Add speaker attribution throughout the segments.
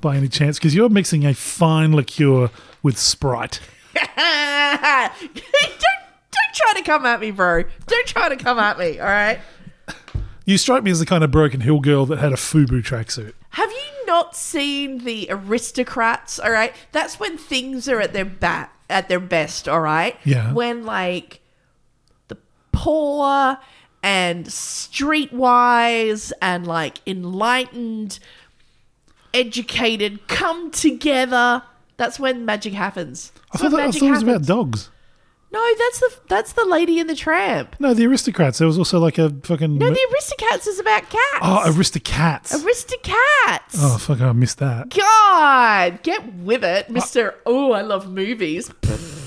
Speaker 1: by any chance? Because you're mixing a fine liqueur with Sprite.
Speaker 2: don't don't try to come at me, bro. Don't try to come at me. All right.
Speaker 1: You strike me as the kind of broken hill girl that had a FUBU tracksuit.
Speaker 2: Have you not seen the aristocrats? All right, that's when things are at their bat at their best. All right.
Speaker 1: Yeah.
Speaker 2: When like the poor and streetwise and like enlightened, educated come together. That's when magic happens.
Speaker 1: I thought,
Speaker 2: That's when
Speaker 1: that, I
Speaker 2: magic
Speaker 1: thought it was about
Speaker 2: happens.
Speaker 1: dogs.
Speaker 2: No, that's the that's the lady in the tramp.
Speaker 1: No, the aristocrats. There was also like a fucking.
Speaker 2: No, the Aristocats is about cats.
Speaker 1: oh, aristocats.
Speaker 2: Aristocats.
Speaker 1: oh, Uh, fuck, I missed that.
Speaker 2: God, get with it, Mister. oh, I love movies.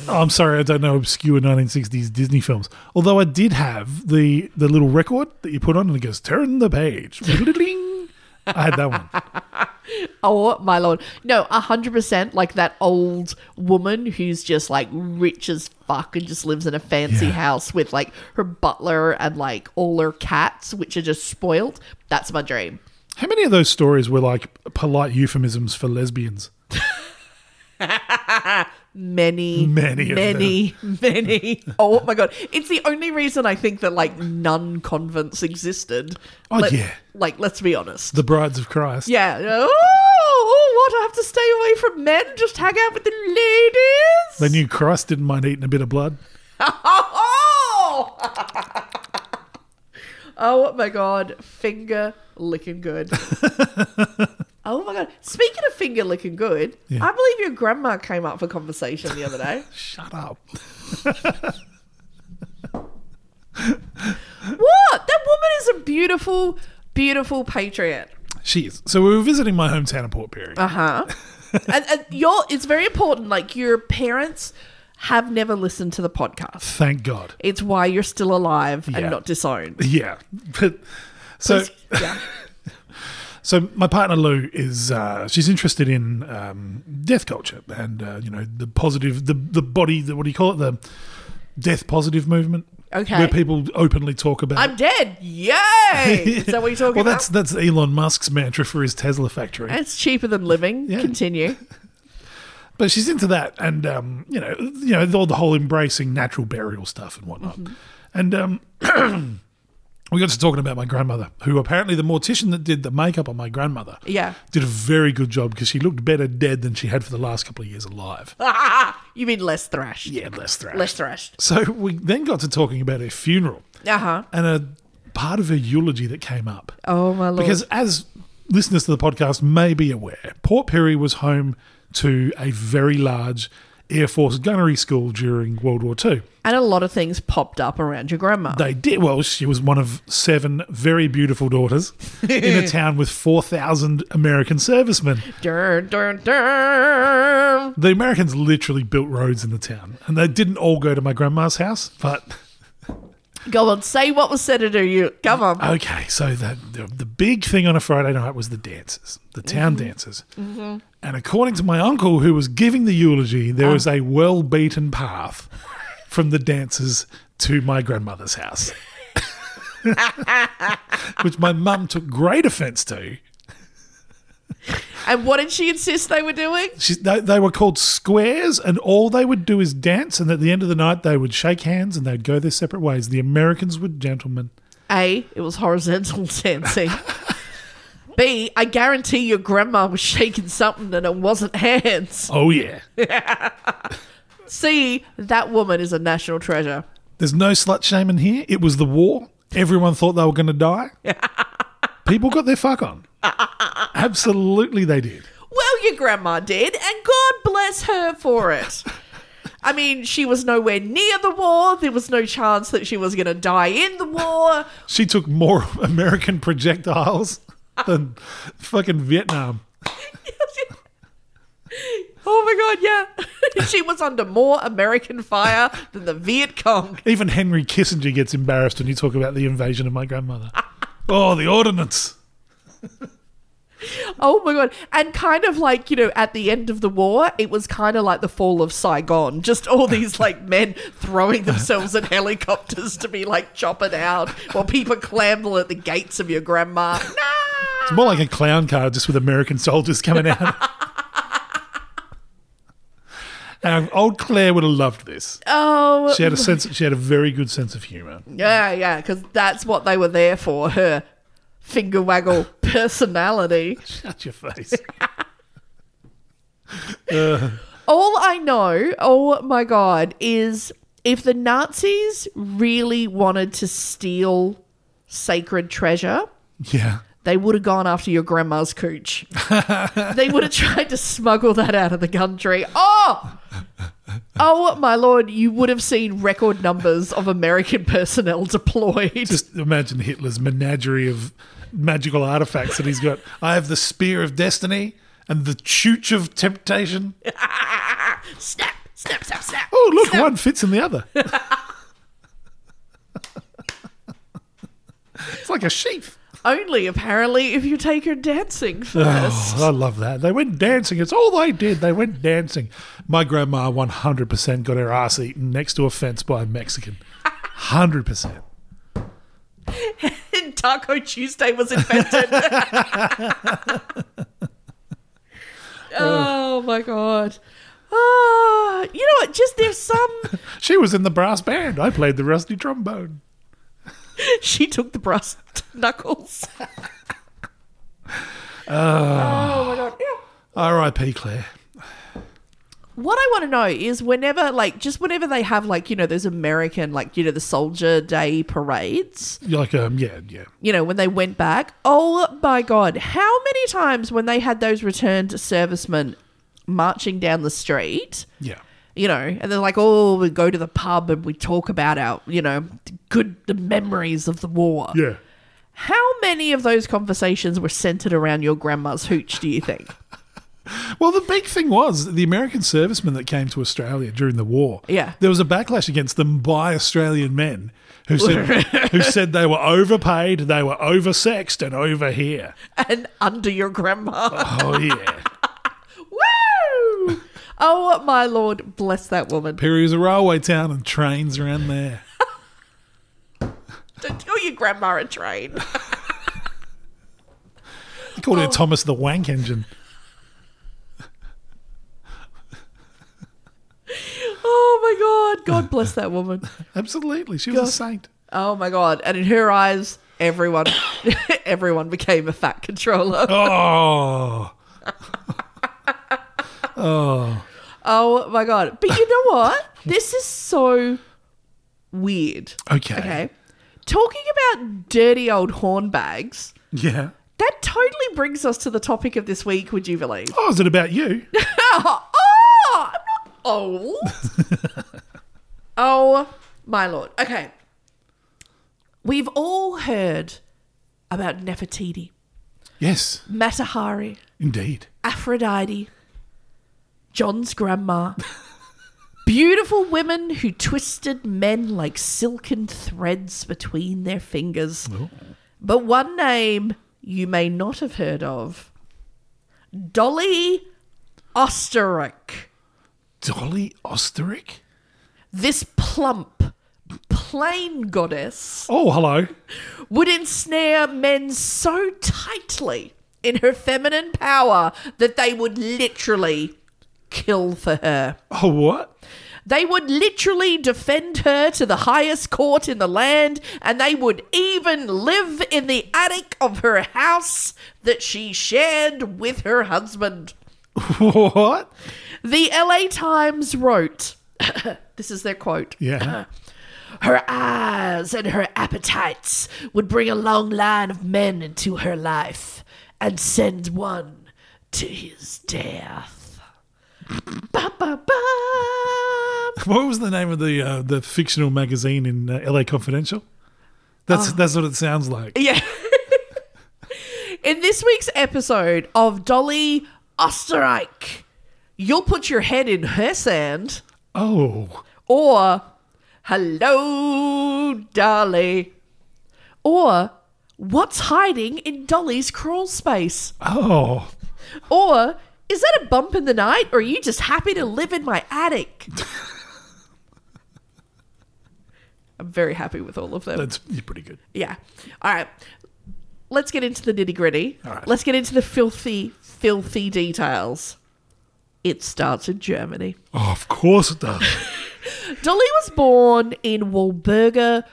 Speaker 1: Oh, I'm sorry, I don't know obscure 1960s Disney films. Although I did have the, the little record that you put on and it goes, turn the page. Ding. I had that one.
Speaker 2: Oh my lord, no, hundred percent. Like that old woman who's just like rich as fuck and just lives in a fancy
Speaker 1: Yeah.
Speaker 2: house with like her butler and like all her cats, which are just spoiled. That's my dream.
Speaker 1: How many of those stories were like polite euphemisms for lesbians?
Speaker 2: many,
Speaker 1: Many of
Speaker 2: many, many. Oh my god! It's the only reason I think that like nun convents existed.
Speaker 1: Oh, yeah.
Speaker 2: like let's be honest.
Speaker 1: The brides of Christ.
Speaker 2: yeah. Oh, oh, what? I have to stay away from men. Just hang out with the ladies.
Speaker 1: They knew Christ didn't mind eating a bit of blood.
Speaker 2: Oh, oh! oh my god! Finger licking good. oh my god! Speaking of finger licking good,
Speaker 1: Yeah.
Speaker 2: I believe your grandma came up for conversation the other day.
Speaker 1: Shut up.
Speaker 2: What? That woman is a beautiful, beautiful patriot.
Speaker 1: She is. So we were visiting my hometown of Port Perry.
Speaker 2: Uh huh. and, and your it's very important. Like your parents have never listened to the podcast.
Speaker 1: Thank God.
Speaker 2: It's why you're still alive
Speaker 1: Yeah.
Speaker 2: and not disowned.
Speaker 1: Yeah. But so
Speaker 2: yeah.
Speaker 1: so my partner Lou is uh, she's interested in um, death culture and uh, you know the positive the the body the, what do you call it the death positive movement
Speaker 2: Okay.
Speaker 1: where people openly talk about
Speaker 2: I'm dead. Yay! Is that what you're talking
Speaker 1: well
Speaker 2: about?
Speaker 1: that's that's Elon Musk's mantra for his Tesla factory
Speaker 2: It's cheaper than living.
Speaker 1: Yeah.
Speaker 2: Continue.
Speaker 1: but she's into that and um, you know you know all the whole embracing natural burial stuff and whatnot
Speaker 2: Mm-hmm.
Speaker 1: and um, we got to talking about my grandmother who apparently the mortician that did the makeup on my grandmother
Speaker 2: Yeah.
Speaker 1: did a very good job because she looked better dead than she had for the last couple of years alive
Speaker 2: you mean less thrashed?
Speaker 1: yeah less thrashed
Speaker 2: Less thrashed.
Speaker 1: so we then got to talking about her funeral
Speaker 2: Uh huh.
Speaker 1: and a part of her eulogy that came up
Speaker 2: Oh my lord.
Speaker 1: because as listeners to the podcast may be aware, Port Perry was home to a very large Air Force gunnery school during World War II.
Speaker 2: and a lot of things popped up around your grandma.
Speaker 1: They did well. She was one of seven very beautiful daughters in a town with four thousand American servicemen.
Speaker 2: Dun, dun, dun.
Speaker 1: The Americans literally built roads in the town, and they didn't all go to my grandma's house. But
Speaker 2: Go on, say what was said to do you. Come on.
Speaker 1: okay, so the the, the big thing on a Friday night was the dances, the town dances. And according to my uncle, who was giving the eulogy, there was a well beaten path from the dancers to my grandmother's house, which my mum took great offence to.
Speaker 2: And what did she insist they were doing?
Speaker 1: She, they, they were called squares, and all they would do is dance. And at the end of the night, they would shake hands and they'd go their separate ways. The Americans were gentlemen.
Speaker 2: A, it was horizontal dancing. B, I guarantee your grandma was shaking something and it wasn't hands.
Speaker 1: Oh yeah.
Speaker 2: C, that woman is a national treasure.
Speaker 1: There's no slut shaming here. It was the war. Everyone thought they were going to die. People got their fuck on. Absolutely, they did.
Speaker 2: Well, your grandma did, and God bless her for it. I mean, she was nowhere near the war. There was no chance that she was going to die in the war.
Speaker 1: She took more American projectiles than fucking Vietnam.
Speaker 2: Oh my god, yeah. she was under more American fire than the Viet Cong.
Speaker 1: Even Henry Kissinger gets embarrassed when you talk about the invasion of my grandmother. oh, the ordinance.
Speaker 2: Oh my god. And kind of like, you know, at the end of the war, it was kind of like the fall of Saigon. Just all these like men throwing themselves in helicopters to be like choppered out while people clamble at the gates of your grandma.
Speaker 1: It's more like a clown car just with American soldiers coming out. Now, old Claire would have loved this.
Speaker 2: Oh,
Speaker 1: She had a sense. She had a very good sense of humor.
Speaker 2: yeah, yeah, because that's what they were there for her finger waggle personality.
Speaker 1: Shut your face.
Speaker 2: All I know, oh my God, is if the Nazis really wanted to steal sacred treasure,
Speaker 1: Yeah.
Speaker 2: they would have gone after your grandma's cooch. they would have tried to smuggle that out of the country. Oh! Oh my lord, you would have seen record numbers of American personnel deployed.
Speaker 1: Just imagine Hitler's menagerie of magical artifacts that he's got. I have the spear of destiny and the chooch of temptation.
Speaker 2: snap, snap, snap, snap.
Speaker 1: Oh, look, one fits in the other. it's like a sheath.
Speaker 2: Only apparently if you take her dancing first.
Speaker 1: Oh, I love that. They went dancing. It's all they did. They went dancing. My grandma 100% got her ass eaten next to a fence by a Mexican. 100%.
Speaker 2: And Taco Tuesday was invented. oh my god. Ah, you know what? Just there's some
Speaker 1: She was in the brass band. I played the rusty trombone.
Speaker 2: She took the brass knuckles. oh my god. Yeah.
Speaker 1: R.I.P. Claire.
Speaker 2: What I want to know is whenever, like, just whenever they have, like, you know, those American, like, you know, the Soldier Day parades,
Speaker 1: You're like, um, yeah, yeah.
Speaker 2: you know, when they went back, oh my God, how many times when they had those returned servicemen marching down the street,
Speaker 1: Yeah.
Speaker 2: you know, and they're like, oh, we go to the pub and we talk about our, you know, good the memories of the war.
Speaker 1: Yeah.
Speaker 2: How many of those conversations were centered around your grandma's hooch, do you think?
Speaker 1: Well, the big thing was the American servicemen that came to Australia during the war.
Speaker 2: Yeah.
Speaker 1: There was a backlash against them by Australian men who said, who said they were overpaid, they were oversexed, and over here.
Speaker 2: and under your grandma.
Speaker 1: Oh, yeah.
Speaker 2: Woo! Oh my lord, bless that woman.
Speaker 1: Peru's a railway town and trains around there.
Speaker 2: Don't tell your grandma a train.
Speaker 1: They called her Thomas the Wank Engine.
Speaker 2: Oh my god, God bless that woman.
Speaker 1: Absolutely. She was a saint.
Speaker 2: Oh my god. And in her eyes, everyone everyone became a fat controller.
Speaker 1: Oh.
Speaker 2: Oh my god. But you know what? This is so weird.
Speaker 1: Okay.
Speaker 2: Okay. Talking about dirty old horn bags,
Speaker 1: Yeah.
Speaker 2: that totally brings us to the topic of this week, would you believe?
Speaker 1: Oh, is it about you?
Speaker 2: Oh, I'm not old. oh, my lord. Okay. We've all heard about Nefertiti,
Speaker 1: yes,
Speaker 2: Matahari,
Speaker 1: indeed.
Speaker 2: Aphrodite, John's grandma. Beautiful women who twisted men like silken threads between their fingers. But one name you may not have heard of Dolly Osterich.
Speaker 1: Dolly Osterick?
Speaker 2: this plump, plain goddess
Speaker 1: Oh, hello.
Speaker 2: would ensnare men so tightly in her feminine power that they would literally kill for her.
Speaker 1: Oh, what?
Speaker 2: They would literally defend her to the highest court in the land, and they would even live in the attic of her house that she shared with her husband.
Speaker 1: What?
Speaker 2: The LA Times wrote this is their quote.
Speaker 1: Yeah.
Speaker 2: Her eyes and her appetites would bring a long line of men into her life and send one to his death. ba, ba, ba.
Speaker 1: What was the name of the uh, the fictional magazine in uh, LA Confidential? That's that's what it sounds like.
Speaker 2: Yeah. In this week's episode of Dolly Osterreich, You'll put your head in her sand,
Speaker 1: Oh,
Speaker 2: or hello, Dolly, or what's hiding in Dolly's crawl space,
Speaker 1: oh,
Speaker 2: or is that a bump in the night, or are you just happy to live in my attic? I'm very happy with all of them.
Speaker 1: that's you're pretty good.
Speaker 2: Yeah. All right. Let's get into the nitty gritty.
Speaker 1: All right.
Speaker 2: Let's get into the filthy, filthy details. It starts in Germany.
Speaker 1: Oh, of course it does.
Speaker 2: Dolly was born in Walburga.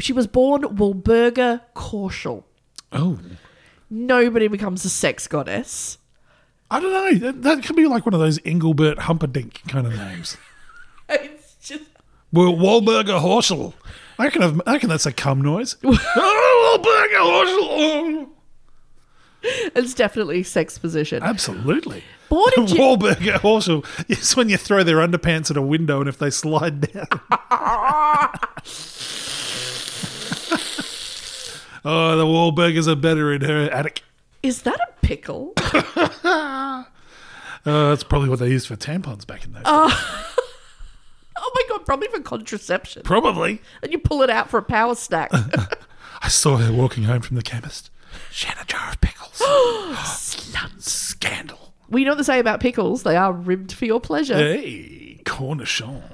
Speaker 2: She was born Walburga Korschel.
Speaker 1: oh,
Speaker 2: Nobody becomes a sex goddess.
Speaker 1: I don't know. That, that could be like one of those Engelbert Humperdinck kind of names.
Speaker 2: It's just
Speaker 1: Well, Wahlberger Horschel. I can have, I can that's a cum noise. oh, Wahlberger Horschel.
Speaker 2: it's definitely sex position.
Speaker 1: Absolutely.
Speaker 2: Born in Ge-
Speaker 1: Wahlberger Horschel. It's when you throw their underpants at a window and if they slide down. oh, the Wahlbergers are better in her attic.
Speaker 2: Is that a pickle?
Speaker 1: Uh, that's probably what they used for tampons back in those. days.
Speaker 2: oh my god, probably for contraception.
Speaker 1: probably.
Speaker 2: And you pull it out for a power snack.
Speaker 1: I saw her walking home from the chemist. She had a jar of pickles.
Speaker 2: Sluts.
Speaker 1: Scandal.
Speaker 2: We know what they say about pickles. They are ribbed for your pleasure.
Speaker 1: Hey, cornichon.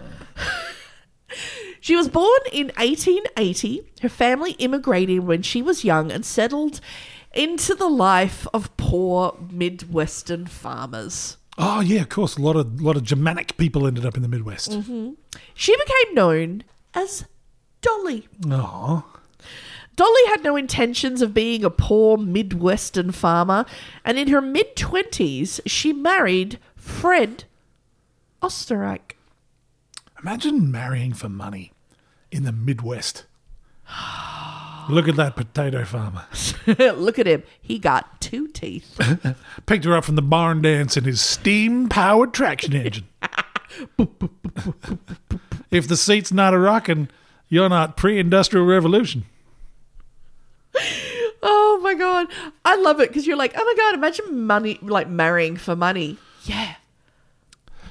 Speaker 2: She was born in 1880. Her family immigrated when she was young and settled into the life of poor Midwestern farmers.
Speaker 1: Oh yeah, of course. A lot of lot of Germanic people ended up in the Midwest.
Speaker 2: She became known as Dolly.
Speaker 1: Aw.
Speaker 2: Dolly had no intentions of being a poor Midwestern farmer, and in her mid 20s, she married Fred Osterreich.
Speaker 1: Imagine marrying for money in the Midwest. Look at that potato farmer.
Speaker 2: Look at him. He got two teeth.
Speaker 1: Picked her up from the barn dance in his steam powered traction engine. if the seat's not a rockin', you're not pre industrial revolution.
Speaker 2: Oh my god, I love it because you're like, oh my god, imagine money, like marrying for money. Yeah.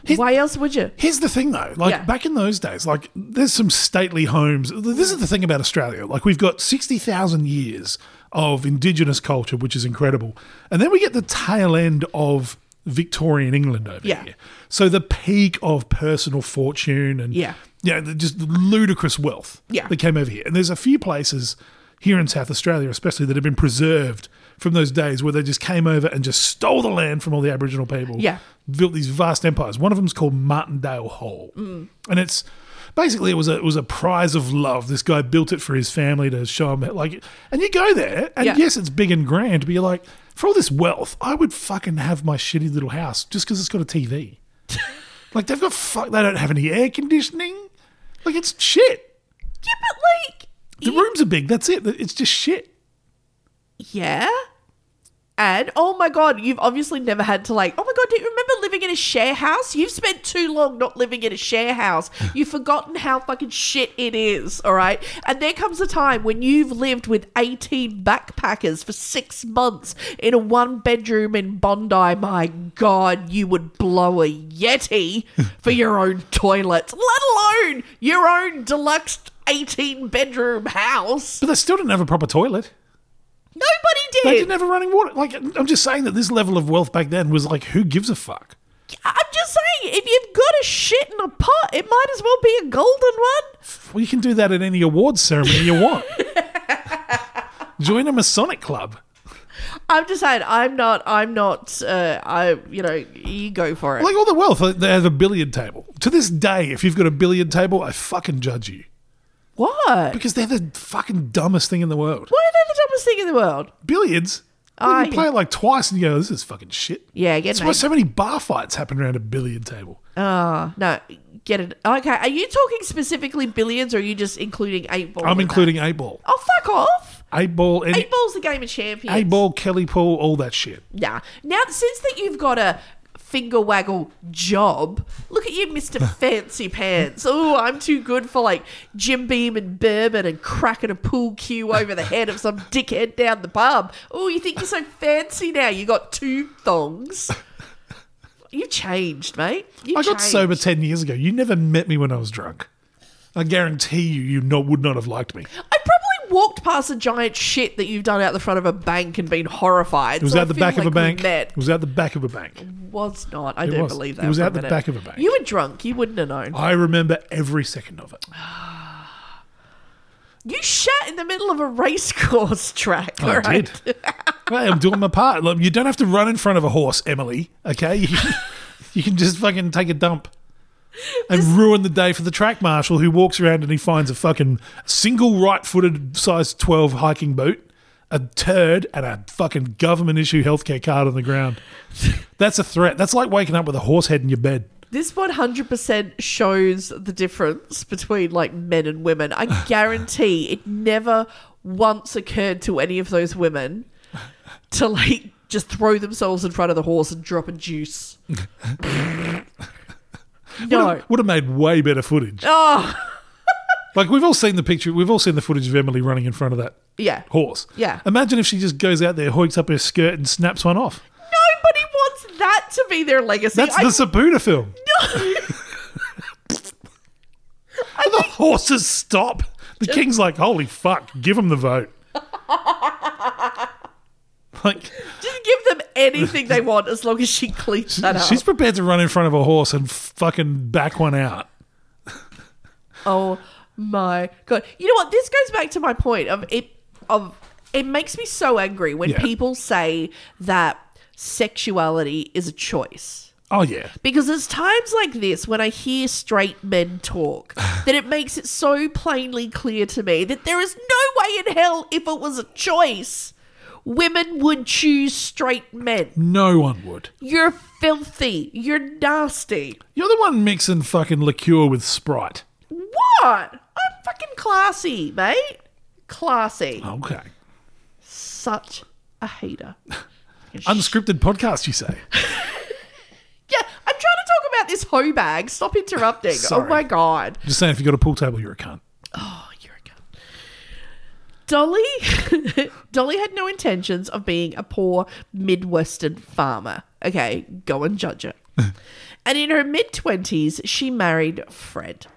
Speaker 1: He's-
Speaker 2: Why else would you?
Speaker 1: Here's the thing, though. Like
Speaker 2: Yeah.
Speaker 1: back in those days, like there's some stately homes. This is the thing about Australia. Like we've got sixty thousand years of Indigenous culture, which is incredible, and then we get the tail end of Victorian England over
Speaker 2: Yeah.
Speaker 1: here. So the peak of personal fortune and
Speaker 2: Yeah.
Speaker 1: yeah, the- just ludicrous wealth
Speaker 2: Yeah.
Speaker 1: that came over here. And there's a few places here in South Australia, especially that have been preserved from those days where they just came over and just stole the land from all the Aboriginal people
Speaker 2: Yeah.
Speaker 1: built these vast empires. One of them's called Martindale Hall, and it's basically it was a it was a prize of love. This guy built it for his family to show him like, and you go there, and
Speaker 2: Yeah.
Speaker 1: yes, it's big and grand, but you're like, for all this wealth, I would fucking have my shitty little house just because it's got a TV. like they've got fuck, they don't have any air conditioning. Like it's shit.
Speaker 2: Yeah, but like,
Speaker 1: The rooms are big. That's it. It's just shit.
Speaker 2: yeah. And oh my god, you've obviously never had to like, oh my god, do you remember living in a share house? You've spent too long not living in a share house. You've forgotten how fucking shit it is, all right? And there comes a time when you've lived with 18 backpackers for six months in a one bedroom in Bondi. My god, you would blow a Yeti for your own toilet, let alone your own deluxe 18 bedroom house.
Speaker 1: But they still didn't have a proper toilet.
Speaker 2: Nobody did.
Speaker 1: They didn't have a running water. Like I'm just saying that this level of wealth back then was like, who gives a fuck?
Speaker 2: I'm just saying, if you've got a shit in a pot, it might as well be a golden one.
Speaker 1: Well, you can do that at any awards ceremony you want. Join a Masonic club.
Speaker 2: I'm just saying, I'm not, I'm not, uh, I, you know, you go for it.
Speaker 1: Like all the wealth, like, they have a billiard table. To this day, if you've got a billiard table, I fucking judge you
Speaker 2: what? Why are they
Speaker 1: because they're the fucking dumbest thing in the world.
Speaker 2: the dumbest thing in the world?
Speaker 1: Billiards. Like,
Speaker 2: Ah,
Speaker 1: you
Speaker 2: yeah.
Speaker 1: play it like twice and you go, this is fucking shit.
Speaker 2: Yeah, get
Speaker 1: That's why
Speaker 2: it.
Speaker 1: so many bar fights happen around a billiard table.
Speaker 2: Ah, no, get it. Okay, are you talking specifically billions or are you just including eight ball? in
Speaker 1: I'm
Speaker 2: that?
Speaker 1: including eight ball,
Speaker 2: Oh, fuck off.
Speaker 1: eight ball, any,
Speaker 2: Eight ball's the game of champions.
Speaker 1: eight ball, Kelly pool, all that shit.
Speaker 2: Nah. Now, since that you've got a finger waggle job, look at you, Mr. Fancy Pants. Oh, I'm too good for like Jim Beam and bourbon and cracking a pool cue over the head of some dickhead down the pub. Oh, you think you're so fancy now? You got two thongs. You changed, mate. You
Speaker 1: I got
Speaker 2: changed.
Speaker 1: sober 10 years ago. You never met me when I was drunk. I guarantee you, you not, would not have liked me.
Speaker 2: I probably walked past a giant shit that you've done out the front of a bank and been horrified.
Speaker 1: It was
Speaker 2: so I
Speaker 1: out the
Speaker 2: feel
Speaker 1: back of
Speaker 2: like
Speaker 1: a
Speaker 2: we
Speaker 1: bank.
Speaker 2: Met.
Speaker 1: It was out the back of a bank.
Speaker 2: Was not. I
Speaker 1: It
Speaker 2: don't
Speaker 1: was.
Speaker 2: believe
Speaker 1: It
Speaker 2: that.
Speaker 1: was
Speaker 2: for
Speaker 1: out
Speaker 2: a
Speaker 1: the
Speaker 2: minute.
Speaker 1: back of a bank.
Speaker 2: You were drunk. You wouldn't have known.
Speaker 1: I remember every second of it.
Speaker 2: You shat in the middle of a race course track. all
Speaker 1: I
Speaker 2: right?
Speaker 1: did. Hey, I'm doing my part. Look, you don't have to run in front of a horse, Emily. Okay, you, you can just fucking take a dump and ruin the day for the track marshal who walks around and he finds a fucking single right-footed size 12 hiking boot, a turd, and a fucking government issue healthcare card on the ground. That's a threat. That's like waking up with a horse head in your bed.
Speaker 2: This one hundred percent shows the difference between like men and women. I guarantee it never once occurred to any of those women to like just throw themselves in front of the horse and drop a juice. no.
Speaker 1: Would have made way better footage.
Speaker 2: Oh
Speaker 1: Like we've all seen the picture. We've all seen the footage of Emily running in front of that
Speaker 2: yeah.
Speaker 1: horse.
Speaker 2: Yeah.
Speaker 1: Imagine if she just goes out there, hoiks up her skirt, and snaps one off.
Speaker 2: Nobody wants that to be their legacy.
Speaker 1: That's
Speaker 2: I-
Speaker 1: the Sabuda film. the horses stop. The king's like, holy fuck, give him the vote. like,
Speaker 2: just give them anything they want as long as she cleans that up.
Speaker 1: she's prepared to run in front of a horse and fucking back one out.
Speaker 2: Oh my god! You know what? This goes back to my point of it of it makes me so angry when
Speaker 1: Yeah.
Speaker 2: people say that sexuality is a choice.
Speaker 1: Oh, yeah.
Speaker 2: Because there's times like this when I hear straight men talk that it makes it so plainly clear to me that there is no way in hell if it was a choice, women would choose straight men.
Speaker 1: No one would.
Speaker 2: You're filthy. You're nasty.
Speaker 1: You're the one mixing fucking liqueur with Sprite.
Speaker 2: What? I'm fucking classy, mate. Classy.
Speaker 1: Okay.
Speaker 2: such a hater. yeah,
Speaker 1: Unscripted podcast, you say?
Speaker 2: I'm trying to talk about this hoe bag. Stop interrupting.
Speaker 1: Sorry.
Speaker 2: oh my god.
Speaker 1: Just saying, if you got a pool table, you're a cunt.
Speaker 2: Oh, you're a cunt. Dolly Dolly had no intentions of being a poor Midwestern farmer. Okay, go and judge it. and in her mid twenties, she married Fred.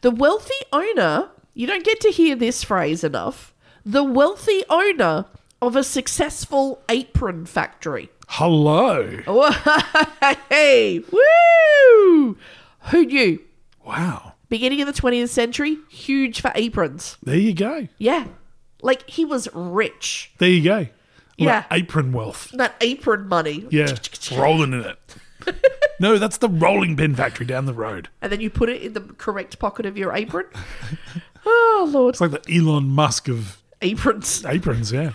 Speaker 2: The wealthy owner you don't get to hear this phrase enough. The wealthy owner of a successful apron factory.
Speaker 1: Hello.
Speaker 2: Oh. Hey, woo! Who knew?
Speaker 1: Wow.
Speaker 2: Beginning of the 20th century, huge for aprons.
Speaker 1: There you go.
Speaker 2: Yeah. Like he was rich.
Speaker 1: There you go.
Speaker 2: Yeah.
Speaker 1: Like apron wealth.
Speaker 2: That apron money.
Speaker 1: Yeah, rolling in it. no, that's the rolling pin factory down the road.
Speaker 2: And then you put it in the correct pocket of your apron. oh, Lord.
Speaker 1: It's like the Elon Musk of
Speaker 2: Aprons.
Speaker 1: aprons. Yeah,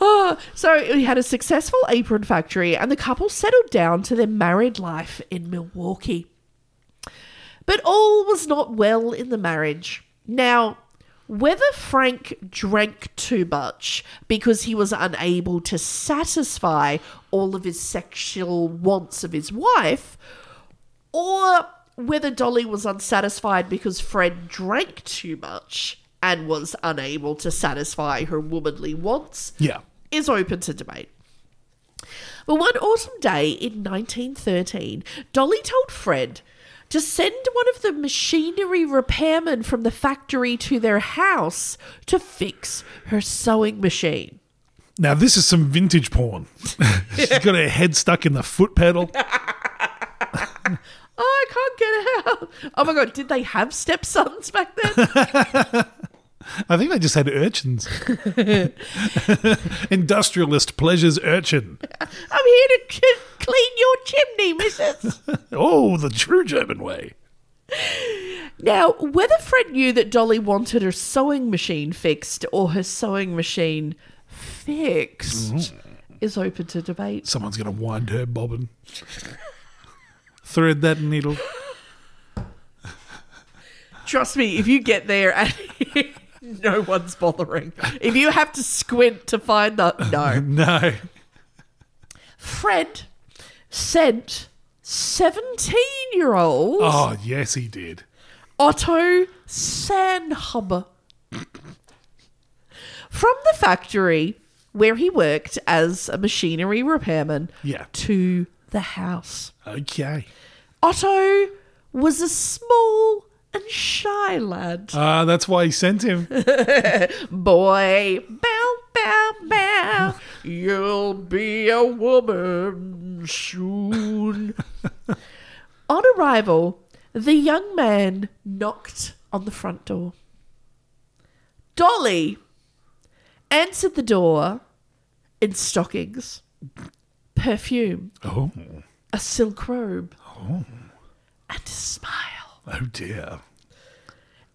Speaker 2: So he had a successful apron factory, and the couple settled down to their married life in Milwaukee. But all was not well in the marriage. Now, whether Frank drank too much because he was unable to satisfy all of his sexual wants of his wife, or whether Dolly was unsatisfied because Fred drank too much and was unable to satisfy her womanly wants,
Speaker 1: yeah.
Speaker 2: is open to debate. But one autumn day in 1913, Dolly told Fred to send one of the machinery repairmen from the factory to their house to fix her sewing machine.
Speaker 1: Now this is some vintage porn. She's got her head stuck in the foot pedal.
Speaker 2: Oh, I can't get out. Oh my God, did they have stepsons back then?
Speaker 1: I think they just had urchins. Industrialist pleasures urchin.
Speaker 2: I'm here to c- clean your chimney, missus.
Speaker 1: Oh, the true German way.
Speaker 2: Now, whether Fred knew that Dolly wanted her sewing machine fixed or her sewing machine fixed is open to debate.
Speaker 1: Someone's gonna wind her bobbin. Thread that needle.
Speaker 2: Trust me, if you get there and no one's bothering, if you have to squint to find that, no.
Speaker 1: No.
Speaker 2: Fred sent 17 year old
Speaker 1: Oh yes, he did.
Speaker 2: Otto Sandhuber from the factory where he worked as a machinery repairman
Speaker 1: Yeah.
Speaker 2: to the house.
Speaker 1: Okay.
Speaker 2: Otto was a small and shy lad.
Speaker 1: Uh, that's why he sent him.
Speaker 2: Boy, bow, bow, bow, you'll be a woman soon. on arrival, the young man knocked on the front door. Dolly answered the door in stockings, perfume,
Speaker 1: Oh,
Speaker 2: a silk robe, and a smile.
Speaker 1: oh dear.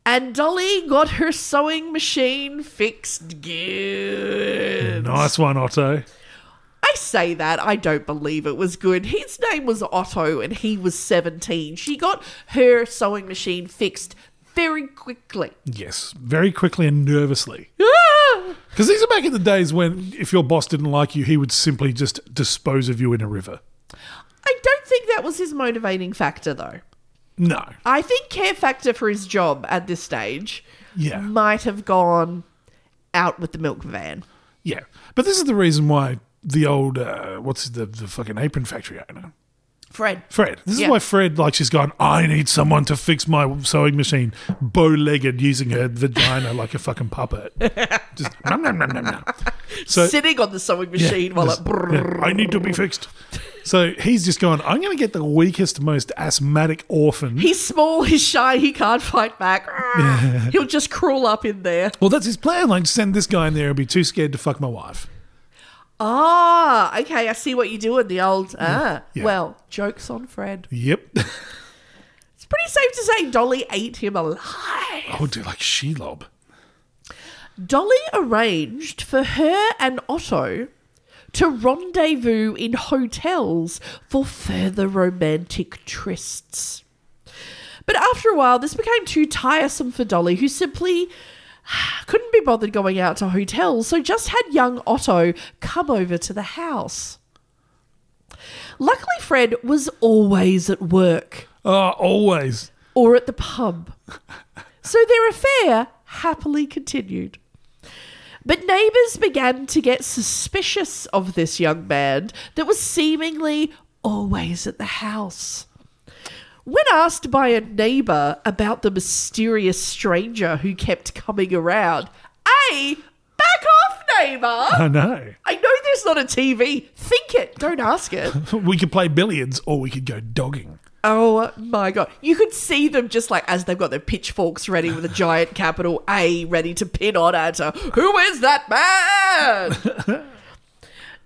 Speaker 2: And Dolly got her sewing machine fixed good.
Speaker 1: Nice one, Otto.
Speaker 2: I say that, I don't believe it was good. His name was Otto and he was 17. She got her sewing machine fixed very quickly.
Speaker 1: Yes, very quickly and nervously.
Speaker 2: Ah!
Speaker 1: Because these are back in the days when if your boss didn't like you, he would simply just dispose of you in a river.
Speaker 2: I don't think that was his motivating factor, though.
Speaker 1: No.
Speaker 2: I think care factor for his job at this stage
Speaker 1: Yeah.
Speaker 2: might have gone out with the milk van.
Speaker 1: Yeah. But this is the reason why the old, uh, what's the, the fucking apron factory owner?
Speaker 2: Fred.
Speaker 1: Fred. This
Speaker 2: Yeah.
Speaker 1: is why Fred, like, she's gone, I need someone to fix my sewing machine, bow legged, using her vagina like a fucking puppet. Just, nom, nom, nom, nom, nom. So,
Speaker 2: Sitting on the sewing
Speaker 1: yeah,
Speaker 2: machine while
Speaker 1: this-
Speaker 2: it.
Speaker 1: yeah, I need to be fixed. So he's just gone, I'm going to get the weakest, most asthmatic orphan.
Speaker 2: He's small, he's shy, he can't fight back. Ah, He'll just crawl up in there.
Speaker 1: well, that's his plan. Like, send this guy in there and be too scared to fuck my wife.
Speaker 2: Ah, okay, I see what you're doing. The old, ah.
Speaker 1: yeah.
Speaker 2: Well, joke's on Fred.
Speaker 1: Yep.
Speaker 2: It's pretty safe to say Dolly ate him alive.
Speaker 1: oh, dude, like Shelob.
Speaker 2: Dolly arranged for her and Otto to rendezvous in hotels for further romantic trysts. But after a while, this became too tiresome for Dolly, who simply couldn't be bothered going out to hotels, so just had young Otto come over to the house. Luckily, Fred was always at work
Speaker 1: Oh, always.
Speaker 2: or at the pub. So their affair happily continued. But neighbours began to get suspicious of this young man that was seemingly always at the house. When asked by a neighbour about the mysterious stranger who kept coming around, A, back off, neighbour!
Speaker 1: I know.
Speaker 2: I know there's not a TV. Think it, don't ask it.
Speaker 1: We could play billiards or we could go dogging.
Speaker 2: Oh my god. You could see them just like as they've got their pitchforks ready with a giant capital A ready to pin on at her. Who is that man?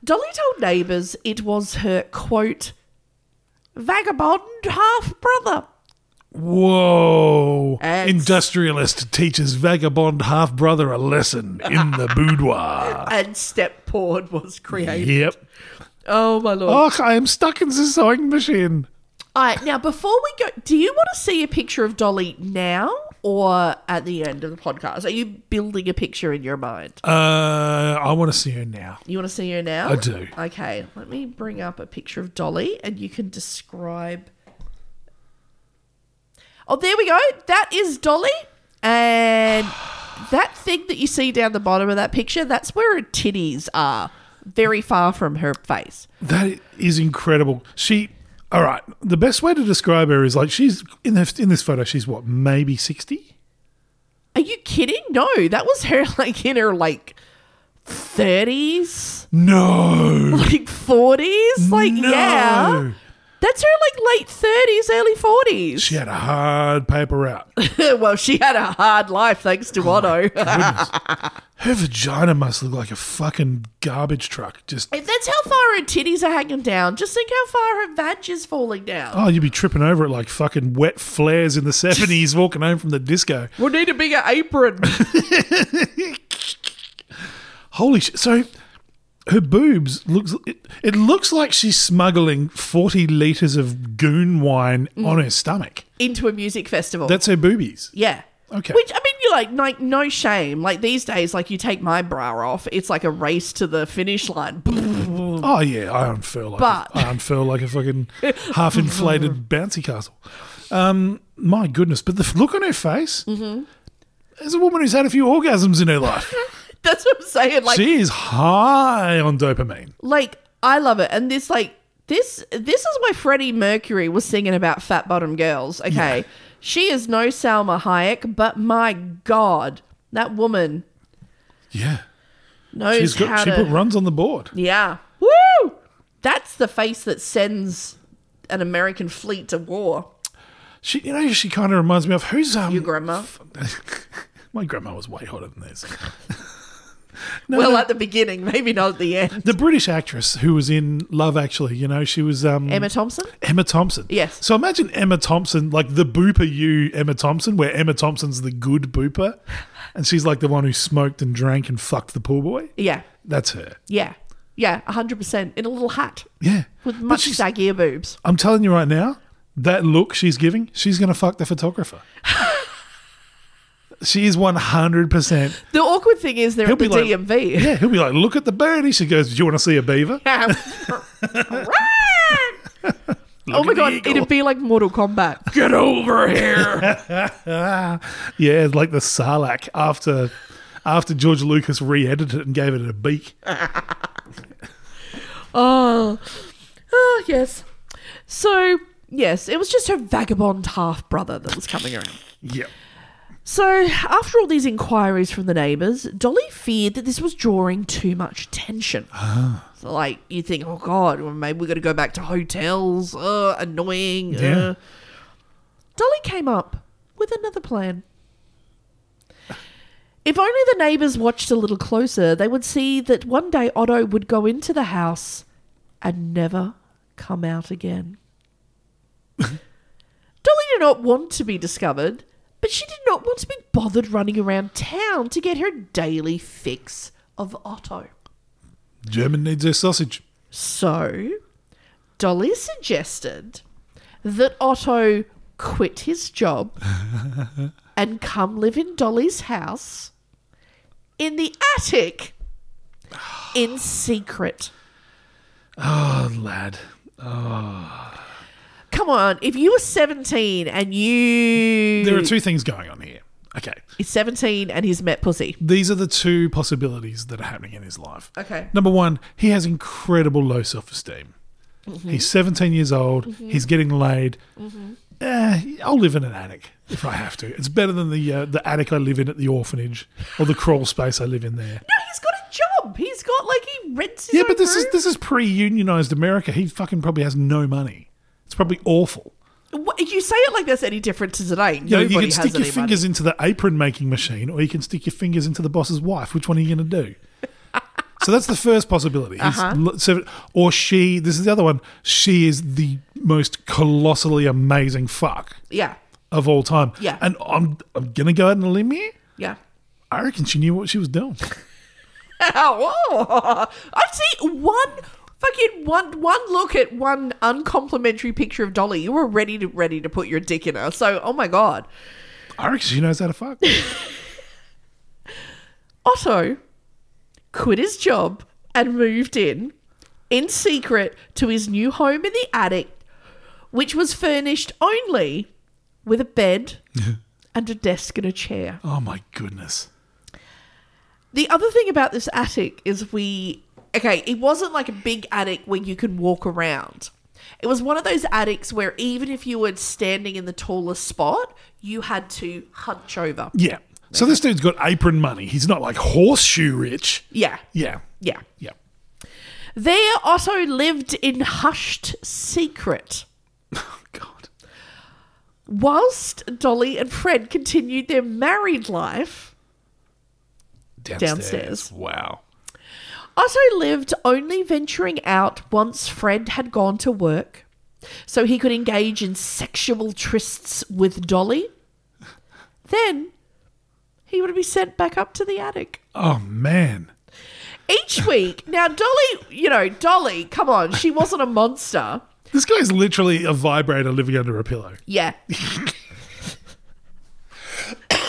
Speaker 2: Dolly told neighbours it was her quote vagabond half brother.
Speaker 1: Whoa.
Speaker 2: And-
Speaker 1: Industrialist teaches vagabond half brother a lesson in the boudoir.
Speaker 2: And step porn was created.
Speaker 1: Yep.
Speaker 2: Oh my lord.
Speaker 1: Oh, I am stuck in the sewing machine.
Speaker 2: Alright, now before we go do you want to see a picture of Dolly now or at the end of the podcast? Are you building a picture in your mind?
Speaker 1: Uh, I want to see her now.
Speaker 2: You want to see her now?
Speaker 1: I do.
Speaker 2: Okay, let me bring up a picture of Dolly and you can describe. Oh, there we go. That is Dolly. And that thing that you see down the bottom of that picture, that's where her titties are, very far from her face.
Speaker 1: That is incredible. She, all right. The best way to describe her is like she's in this, in this photo. She's what, maybe sixty?
Speaker 2: Are you kidding? No, that was her like in her like 30s,
Speaker 1: No,
Speaker 2: like 40s. Like,
Speaker 1: Hmm. no.
Speaker 2: yeah. That's her like late 30s, early 40s.
Speaker 1: She had a hard paper out.
Speaker 2: well, she had a hard life thanks to Otto.
Speaker 1: Her vagina must look like a fucking garbage truck. Just
Speaker 2: If that's how far her titties are hanging down, just think how far her vag is falling down.
Speaker 1: oh, you'd be tripping over it like fucking wet flares in the seventies walking home from the disco.
Speaker 2: We'll need a bigger apron.
Speaker 1: Holy shit! So her boobs looks it, it looks like she's smuggling forty liters of goon wine on her stomach.
Speaker 2: Into a music festival.
Speaker 1: That's her boobies.
Speaker 2: yeah.
Speaker 1: Okay.
Speaker 2: Which, I mean, you're like, like, no shame. Like, these days, like, you take my bra off, it's like a race to the finish line.
Speaker 1: Oh yeah, I unfurl like
Speaker 2: But-
Speaker 1: a, I unfurl like a fucking half inflated bouncy castle. Um, my goodness, but the f- look on her face mm-hmm. is a woman who's had a few orgasms in her life.
Speaker 2: That's what I'm saying. Like,
Speaker 1: she is high on dopamine.
Speaker 2: like I love it. And this, like, this, this is why Freddie Mercury was singing about fat bottom girls. Okay, she is no Salma Hayek, but my God, that woman
Speaker 1: Yeah.
Speaker 2: knows
Speaker 1: She's got,
Speaker 2: how
Speaker 1: she
Speaker 2: to.
Speaker 1: put runs on the board.
Speaker 2: yeah, woo! That's the face that sends an American fleet to war.
Speaker 1: She, you know, she kind of reminds me of who's um
Speaker 2: Your grandma.
Speaker 1: My grandma was way hotter than this. No,
Speaker 2: well,
Speaker 1: no,
Speaker 2: at the beginning, maybe not at the end.
Speaker 1: the British actress who was in Love Actually, you know, she was um,
Speaker 2: Emma Thompson.
Speaker 1: Emma Thompson.
Speaker 2: Yes.
Speaker 1: So imagine Emma Thompson, like the booper you Emma Thompson, where Emma Thompson's the good booper, and she's like the one who smoked and drank and fucked the pool boy.
Speaker 2: Yeah,
Speaker 1: That's her.
Speaker 2: yeah, yeah, hundred percent in a little hat
Speaker 1: Yeah.
Speaker 2: with
Speaker 1: But
Speaker 2: much
Speaker 1: she's-
Speaker 2: saggier boobs.
Speaker 1: I'm telling you right now, that look she's giving, she's gonna fuck the photographer. she is 100. percent
Speaker 2: The awkward thing is they're
Speaker 1: He'll
Speaker 2: at the
Speaker 1: be like-
Speaker 2: DMV.
Speaker 1: Yeah, he'll be like, "Look at the birdie." She goes, "Do you want to see a beaver?"
Speaker 2: oh my
Speaker 1: at the
Speaker 2: god,
Speaker 1: eagle.
Speaker 2: it'd be like Mortal Kombat. Get over here.
Speaker 1: Yeah, it's like the Sarlacc after after George Lucas re-edited it and gave it a beak.
Speaker 2: oh. oh, yes. So, yes, it was just her vagabond half brother that was coming around.
Speaker 1: Yep.
Speaker 2: So, after all these inquiries from the neighbours, Dolly feared that this was drawing too much attention. So, like, you think, oh god, well, maybe we're going to go back to hotels. Uh, annoying.
Speaker 1: Yeah.
Speaker 2: Uh. Dolly came up with another plan. If only the neighbours watched a little closer, they would see that one day Otto would go into the house and never come out again. Dolly did not want to be discovered, but she did not want to be bothered running around town to get her daily fix of Otto.
Speaker 1: German needs their sausage.
Speaker 2: So, Dolly suggested that Otto quit his job and come live in Dolly's house in the attic in secret.
Speaker 1: Oh, lad.
Speaker 2: Come on, if you were 17 and you.
Speaker 1: There are two things going on here. Okay.
Speaker 2: He's 17 and he's met pussy.
Speaker 1: These are the two possibilities that are happening in his life.
Speaker 2: Okay.
Speaker 1: Number one, he has incredible low self esteem. He's 17 years old. He's getting laid. Eh, I'll live in an attic if I have to. It's better than the uh, the attic I live in at the orphanage or the crawl space I live in there.
Speaker 2: No, he's got a job. He's got like he rents his
Speaker 1: yeah,
Speaker 2: own
Speaker 1: but this is
Speaker 2: room.
Speaker 1: this is pre-unionized America. He fucking probably has no money. It's probably awful.
Speaker 2: What, you say it like that's any different to today.
Speaker 1: You, know,
Speaker 2: Nobody
Speaker 1: you can
Speaker 2: has
Speaker 1: stick your
Speaker 2: any
Speaker 1: fingers into the apron making machine, or you can stick your fingers into the boss's wife. Which one are you going to do? so that's the first possibility. He's
Speaker 2: Uh-huh.
Speaker 1: l- seven- or she. This is the other one. She is the most colossally amazing fuck
Speaker 2: Money. Yeah,
Speaker 1: of all time.
Speaker 2: Yeah.
Speaker 1: and I'm I'm gonna go out and limb here.
Speaker 2: yeah.
Speaker 1: I reckon she knew what she was doing.
Speaker 2: Oh, Ow, whoa. I see one fucking one one look at one uncomplimentary picture of Dolly. You were ready to ready to put your dick in her. So, oh my god,
Speaker 1: I reckon she knows how to fuck.
Speaker 2: Otto quit his job and moved in in secret to his new home in the attic, which was furnished only with a bed and a desk and a chair.
Speaker 1: oh my goodness.
Speaker 2: The other thing about this attic is we okay, it wasn't like a big attic where you can walk around. It was one of those attics where even if you were standing in the tallest spot, you had to hunch over.
Speaker 1: Yeah. So this dude's got apron money. He's not like horseshoe rich.
Speaker 2: Yeah.
Speaker 1: Yeah.
Speaker 2: Yeah.
Speaker 1: Yeah.
Speaker 2: There Otto lived in hushed secret.
Speaker 1: God.
Speaker 2: Whilst Dolly and Fred continued their married life, Downstairs.
Speaker 1: Wow.
Speaker 2: Otto lived only venturing out once Fred had gone to work so he could engage in sexual trysts with Dolly. Then he would be sent back up to the attic.
Speaker 1: Oh man.
Speaker 2: Each week, now Dolly, you know, Dolly, come on, she wasn't a monster.
Speaker 1: This guy's literally a vibrator living under a pillow.
Speaker 2: Yeah. not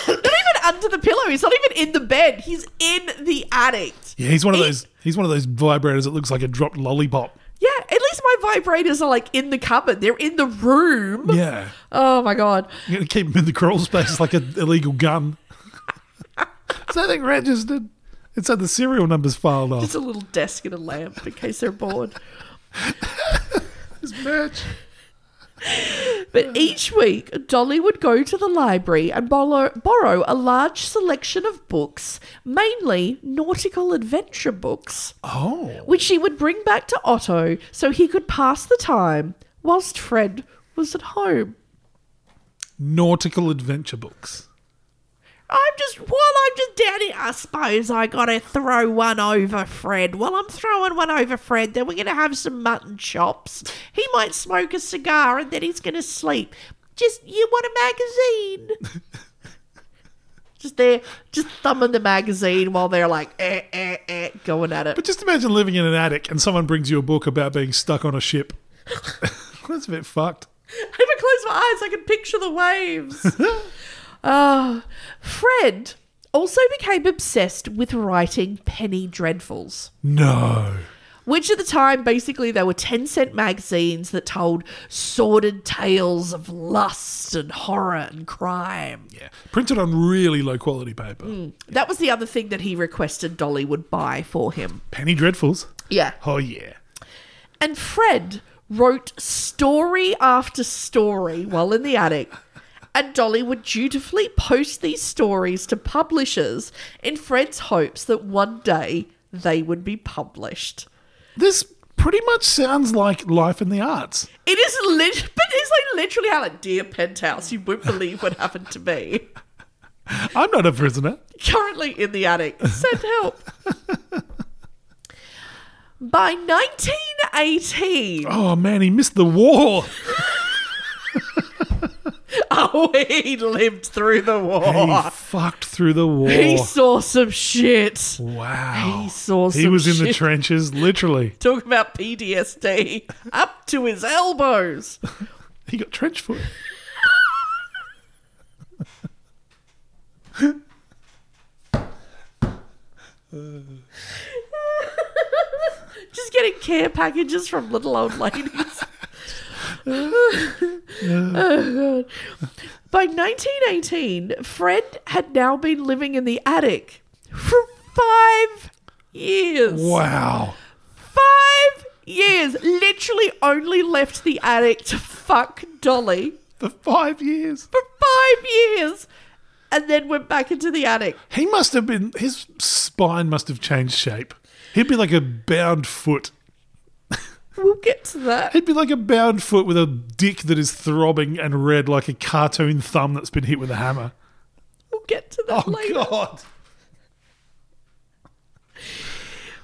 Speaker 2: even under the pillow, he's not even in the bed, he's in the attic.
Speaker 1: Yeah, he's one of
Speaker 2: He-
Speaker 1: those. He's one of those vibrators that looks like a dropped lollipop.
Speaker 2: Yeah, at least my vibrators are like in the cupboard, they're in the room.
Speaker 1: Yeah,
Speaker 2: Oh my god.
Speaker 1: you're gonna keep him in the crawl space like an illegal gun. Is that thing registered? It's had the serial numbers filed off.
Speaker 2: Just a little desk and a lamp in case they're bored.
Speaker 1: It's merch.
Speaker 2: But each week, Dolly would go to the library and borrow, borrow a large selection of books, mainly nautical adventure books,
Speaker 1: Oh.
Speaker 2: which she would bring back to Otto so he could pass the time whilst Fred was at home.
Speaker 1: Nautical adventure books.
Speaker 2: I'm just while I'm just down here. I suppose I gotta throw one over Fred. While I'm throwing one over Fred, then we're gonna have some mutton chops. He might smoke a cigar and then he's gonna sleep. Just you want a magazine? just there, just thumbing the magazine while they're like eh eh eh going at it.
Speaker 1: But just imagine living in an attic and someone brings you a book about being stuck on a ship. That's a bit fucked.
Speaker 2: If I close my eyes, I can picture the waves. Ah, Fred also became obsessed with writing penny dreadfuls.
Speaker 1: No.
Speaker 2: which at the time basically they were 10 cent magazines that told sordid tales of lust and horror and crime.
Speaker 1: Yeah. Hmm. Printed on really low quality paper.
Speaker 2: That was the other thing that he requested Dolly would buy for him.
Speaker 1: Penny Dreadfuls.
Speaker 2: Yeah.
Speaker 1: Oh, yeah.
Speaker 2: And Fred wrote story after story while in the attic. And Dolly would dutifully post these stories to publishers in Fred's hopes that one day they would be published.
Speaker 1: This pretty much sounds like life in the arts.
Speaker 2: It is lit, but it's like literally how like, dear penthouse, you won't believe what happened to me.
Speaker 1: I'm not a prisoner.
Speaker 2: Currently in the attic, send help. By 1918,
Speaker 1: Oh, man, he missed the war.
Speaker 2: oh, he lived through the
Speaker 1: He
Speaker 2: war.
Speaker 1: fucked through the war.
Speaker 2: He saw some shit.
Speaker 1: wow.
Speaker 2: He saw some
Speaker 1: He was in the
Speaker 2: shit.
Speaker 1: trenches, literally.
Speaker 2: Talk about PTSD up to his elbows.
Speaker 1: He got trench foot.
Speaker 2: Just getting care packages from little old ladies. oh, God. By 1918, Fred had now been living in the attic for five years.
Speaker 1: Wow.
Speaker 2: Five years. Literally only left the attic to fuck Dolly
Speaker 1: The five years.
Speaker 2: for five years and then went back into the attic.
Speaker 1: He must have been, his spine must have changed shape. He'd be like a bound foot.
Speaker 2: We'll get to that.
Speaker 1: He'd be like a bound foot with a dick that is throbbing and red like a cartoon thumb that's been hit with a hammer.
Speaker 2: We'll get to that
Speaker 1: Oh,
Speaker 2: later.
Speaker 1: God.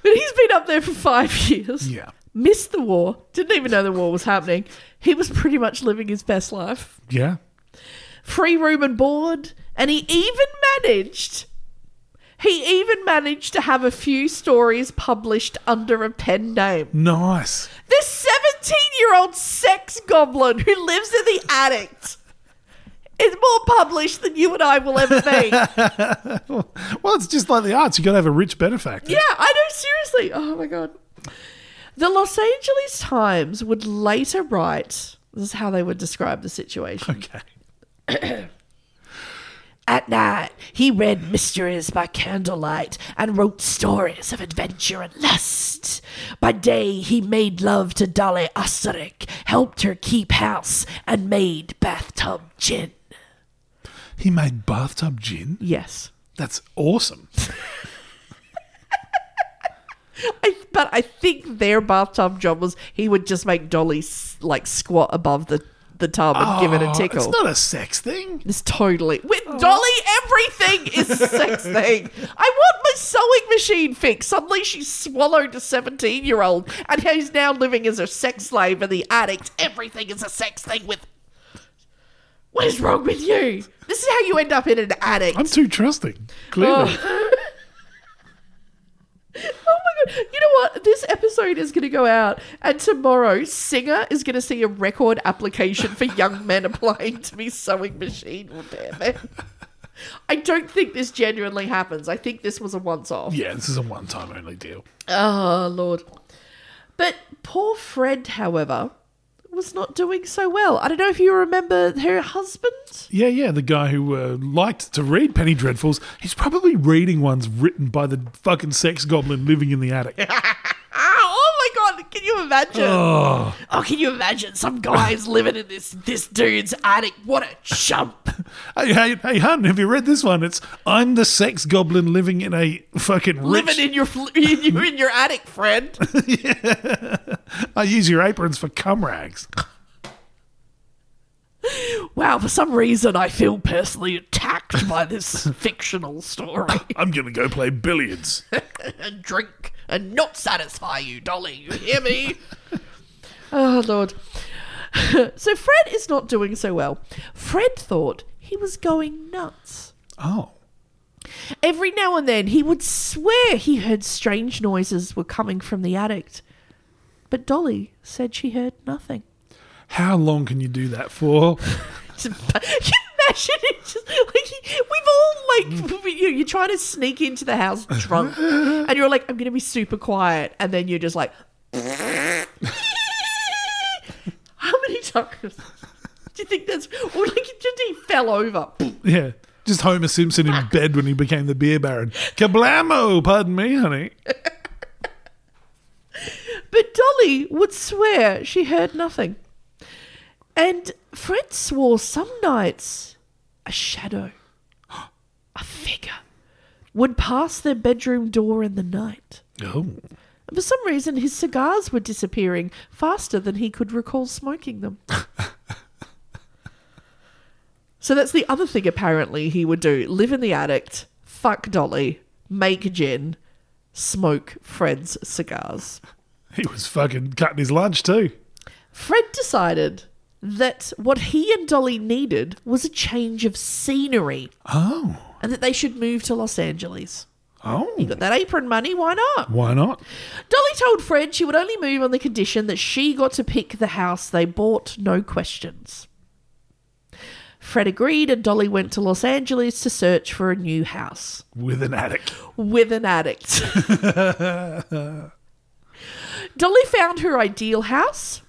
Speaker 2: But he's been up there for five years.
Speaker 1: Yeah.
Speaker 2: Missed the war. Didn't even know the war was happening. He was pretty much living his best life.
Speaker 1: Yeah.
Speaker 2: Free room and board. And he even managed. He even managed to have a few stories published under a pen name.
Speaker 1: Nice.
Speaker 2: This 17 year old sex goblin who lives in the attic is more published than you and I will ever be.
Speaker 1: Well, it's just like the arts. you got to have a rich benefactor.
Speaker 2: Yeah, I know, seriously. Oh my God. The Los Angeles Times would later write this is how they would describe the situation.
Speaker 1: Okay.
Speaker 3: At night, he read mysteries by candlelight and wrote stories of adventure and lust. By day, he made love to Dolly Osterich, helped her keep house, and made bathtub gin.
Speaker 1: He made bathtub gin.
Speaker 2: Yes.
Speaker 1: That's awesome.
Speaker 2: I, but I think their bathtub job was he would just make Dolly s- like squat above the, the tub and give it a
Speaker 1: Oh,
Speaker 2: tickle.
Speaker 1: It's not a sex thing.
Speaker 2: It's totally with Dolly. Everything is a sex thing. I want my sewing machine fixed. Suddenly, she swallowed a seventeen-year-old, and he's now living as a sex slave in the attic. Everything is a sex thing. With what is wrong with you? This is how you end up in an attic.
Speaker 1: I'm too trusting. Clearly.
Speaker 2: Oh my god! You know what? This episode is going to go out, and tomorrow, Singer is going to see a record application for young men applying to be sewing machine repairman. I don't think this genuinely happens. I think this was a once-off. Ah,
Speaker 1: Yeah, this is a one time only deal.
Speaker 2: Oh lord! But poor Fred, however, was not doing so well. I don't know if you remember her husband.
Speaker 1: Yeah, yeah, the guy who uh, liked to read Penny Dreadfuls, he's probably reading ones written by the fucking sex goblin living in the attic.
Speaker 3: Ah,
Speaker 2: Oh my god, can you imagine?
Speaker 1: oh,
Speaker 3: Oh, can you imagine some guys living in this this dude's attic? What a chump!
Speaker 1: hey, hey, hey, hun, have you read this one? It's I'm the sex goblin living in a fucking rich.
Speaker 2: Living in your fl- in your, in your attic, friend.
Speaker 1: I use your aprons for cum rags.
Speaker 3: Wow, for some reason I feel personally attacked by this fictional story.
Speaker 1: I'm gonna go play billiards.
Speaker 3: and drink and not satisfy you, Dolly. You hear me?
Speaker 2: Oh, Lord. so Fred is not doing so well. Fred thought he was going nuts.
Speaker 1: Oh,
Speaker 2: Every now and then, he would swear he heard strange noises were coming from the attic. But Dolly said she heard nothing.
Speaker 1: how long can you do that for?
Speaker 2: Can you imagine it? Just, like, we've all, like, you know, you're trying to sneak into the house drunk, and you're like, I'm going to be super quiet. And then you're just like, how many times? Do you think that's. Or, like, just he fell over.
Speaker 1: Yeah. Just Homer Simpson in bed when he became the beer baron. Kablamo, pardon me, honey.
Speaker 2: But Dolly would swear she heard nothing. And Fred swore some nights a shadow, a figure, would pass their bedroom door in the night.
Speaker 1: Oh.
Speaker 2: And for some reason, his cigars were disappearing faster than he could recall smoking them. so that's the other thing, apparently, he would do live in the attic, fuck Dolly, make gin, smoke Fred's cigars.
Speaker 1: He was fucking cutting his lunch too.
Speaker 2: Fred decided that what he and Dolly needed was a change of scenery
Speaker 1: Oh.
Speaker 2: and that they should move to Los Angeles.
Speaker 1: Oh.
Speaker 2: Got that apron money, why not?
Speaker 1: Why not?
Speaker 2: Dolly told Fred she would only move on the condition that she got to pick the house they bought, no questions. Fred agreed, and Dolly went to Los Angeles to search for a new house
Speaker 1: With an attic.
Speaker 2: with an addict. Dolly found her ideal house,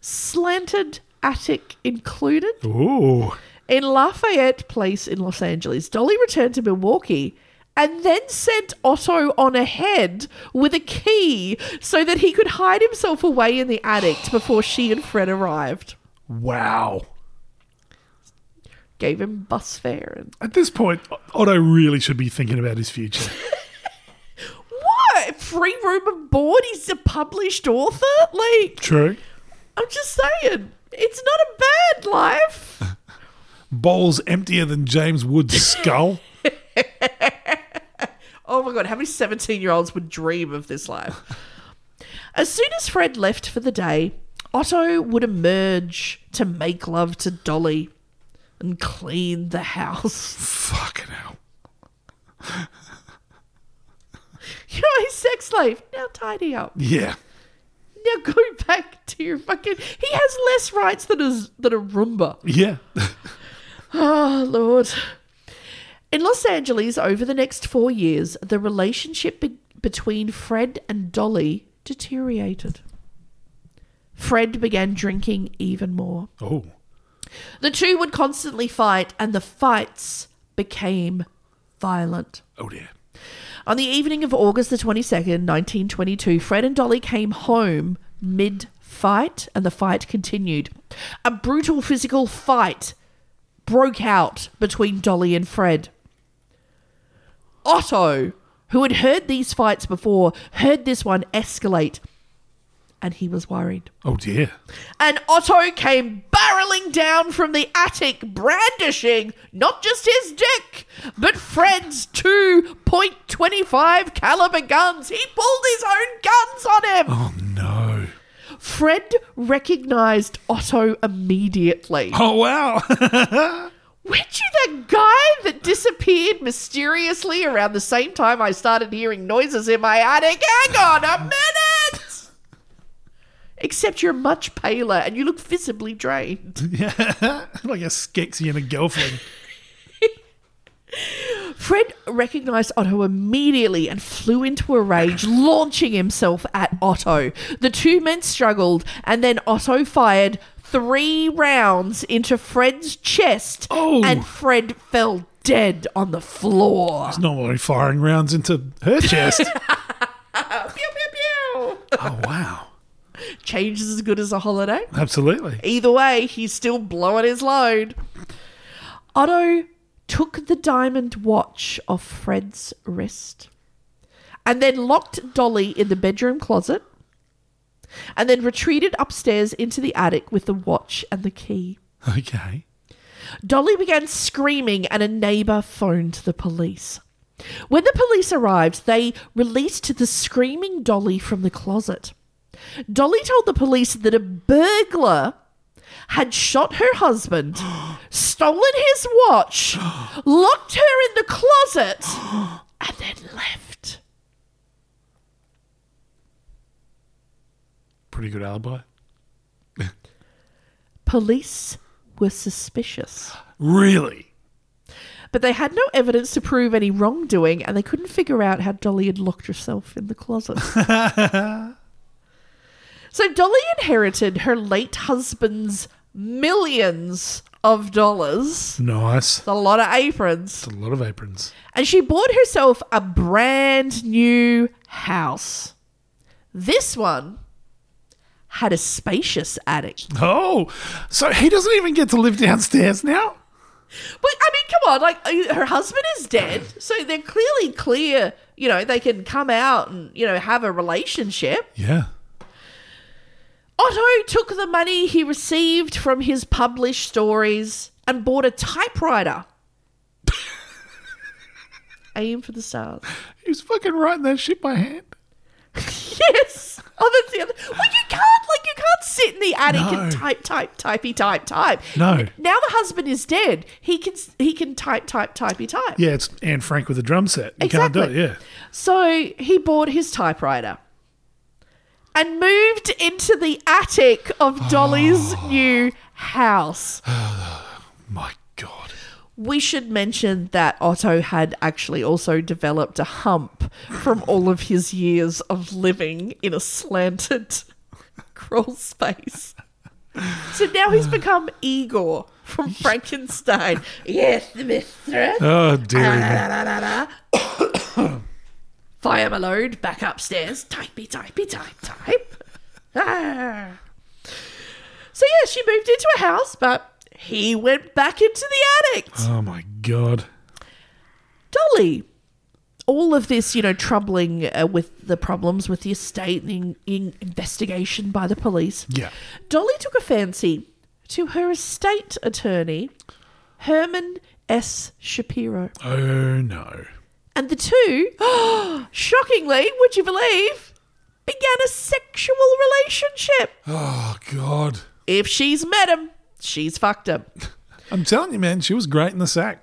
Speaker 2: slanted attic included,
Speaker 1: Ooh.
Speaker 2: in Lafayette Place in Los Angeles. Dolly returned to Milwaukee and then sent Otto on ahead with a key so that he could hide himself away in the attic before she and Fred arrived.
Speaker 1: Wow.
Speaker 2: Gave him bus fare and
Speaker 1: At this point, Otto really should be thinking about his future.
Speaker 2: what? Free room and board? He's a published author? Like,
Speaker 1: True.
Speaker 2: I'm just saying, it's not a bad life.
Speaker 1: Bowls emptier than James Wood's skull.
Speaker 2: Oh my god, how many 17 year olds would dream of this life? as soon as Fred left for the day, Otto would emerge to make love to Dolly and clean the house.
Speaker 1: fucking hell.
Speaker 2: You're a sex slave. Now tidy up.
Speaker 1: Yeah.
Speaker 2: Now go back to your fucking. He has less rights than a, than a Roomba.
Speaker 1: Yeah.
Speaker 2: Oh, Lord. In Los Angeles, over the next four years, the relationship be- between Fred and Dolly deteriorated. Fred began drinking even more.
Speaker 1: oh.
Speaker 2: The two would constantly fight, and the fights became violent.
Speaker 1: Oh dear.
Speaker 2: On the evening of August the 22nd, 1922, Fred and Dolly came home mid fight, and the fight continued. A brutal physical fight broke out between Dolly and Fred. Otto, who had heard these fights before, heard this one escalate, and he was worried.
Speaker 1: Oh dear.
Speaker 2: And Otto came barreling down from the attic, brandishing not just his dick, but Fred's 2.25 caliber guns. He pulled his own guns on him.
Speaker 1: Oh no.
Speaker 2: Fred recognized Otto immediately.
Speaker 1: Oh wow.
Speaker 2: Weren't you that guy that disappeared mysteriously around the same time I started hearing noises in my attic? Hang on a minute! Except you're much paler and you look visibly drained.
Speaker 1: yeah. Like a Skeksis and a girlfriend.
Speaker 2: Fred recognized Otto immediately and flew into a rage, launching himself at Otto. The two men struggled, and then Otto fired three rounds into Fred's chest,
Speaker 1: Oh.
Speaker 2: and Fred fell dead on the floor.
Speaker 1: Normally firing rounds into her chest.
Speaker 2: Pew, pew, pew.
Speaker 1: oh, wow.
Speaker 2: Change is as good as a holiday.
Speaker 1: Absolutely.
Speaker 2: Either way, he's still blowing his load. Otto took the diamond watch off Fred's wrist and then locked Dolly in the bedroom closet and then retreated upstairs into the attic with the watch and the key.
Speaker 1: Okay.
Speaker 2: Dolly began screaming, and a neighbour phoned the police. When the police arrived, they released the screaming Dolly from the closet. Dolly told the police that a burglar had shot her husband, stolen his watch, locked her in the closet, and then left.
Speaker 1: Pretty good alibi.
Speaker 2: Police were suspicious.
Speaker 1: Really?
Speaker 2: But they had no evidence to prove any wrongdoing, and they couldn't figure out how Dolly had locked herself in the closet. so Dolly inherited her late husband's millions of dollars.
Speaker 1: Nice.
Speaker 2: A lot of aprons.
Speaker 1: It's a lot of aprons.
Speaker 2: And she bought herself a brand new house. This one had a spacious attic.
Speaker 1: Oh, so he doesn't even get to live downstairs now?
Speaker 2: But I mean, come on, like uh, her husband is dead, so they're clearly clear. You know, they can come out and you know have a relationship.
Speaker 1: Yeah.
Speaker 2: Otto took the money he received from his published stories and bought a typewriter. Aim for the stars.
Speaker 1: He was fucking writing that shit by hand.
Speaker 2: Yes. Oh, that's the other. Well, you can't like you can't sit in the attic
Speaker 1: No.
Speaker 2: and type, type, typey, type, type.
Speaker 1: No.
Speaker 2: Now the husband is dead. He can he can type, type, typey, type.
Speaker 1: Yeah, it's Anne Frank with a drum set. You can't do
Speaker 2: Exactly.
Speaker 1: it, yeah.
Speaker 2: So he bought his typewriter and moved into the attic of Dolly's new house.
Speaker 1: My God.
Speaker 2: We should mention that Otto had actually also developed a hump from all of his years of living in a slanted crawl space. So now he's become Igor from Frankenstein. Yes, mistress.
Speaker 1: Oh,
Speaker 2: Uh,
Speaker 1: dearie me.
Speaker 2: Fire my load, back upstairs. Typey, typey, type, type. Ah. So, yeah, she moved into a house, but he went back into the attic.
Speaker 1: Oh, my God.
Speaker 2: Dolly. All of this, you know, troubling uh, with the problems with the estate and in, in investigation by the police.
Speaker 1: Yeah.
Speaker 2: Dolly took a fancy to her estate attorney, Herman S. Shapiro.
Speaker 1: Oh, no.
Speaker 2: And the two, shockingly, would you believe, began a sexual relationship.
Speaker 1: Oh, God.
Speaker 2: If she's met him, she's fucked him.
Speaker 1: I'm telling you, man, she was great in the sack.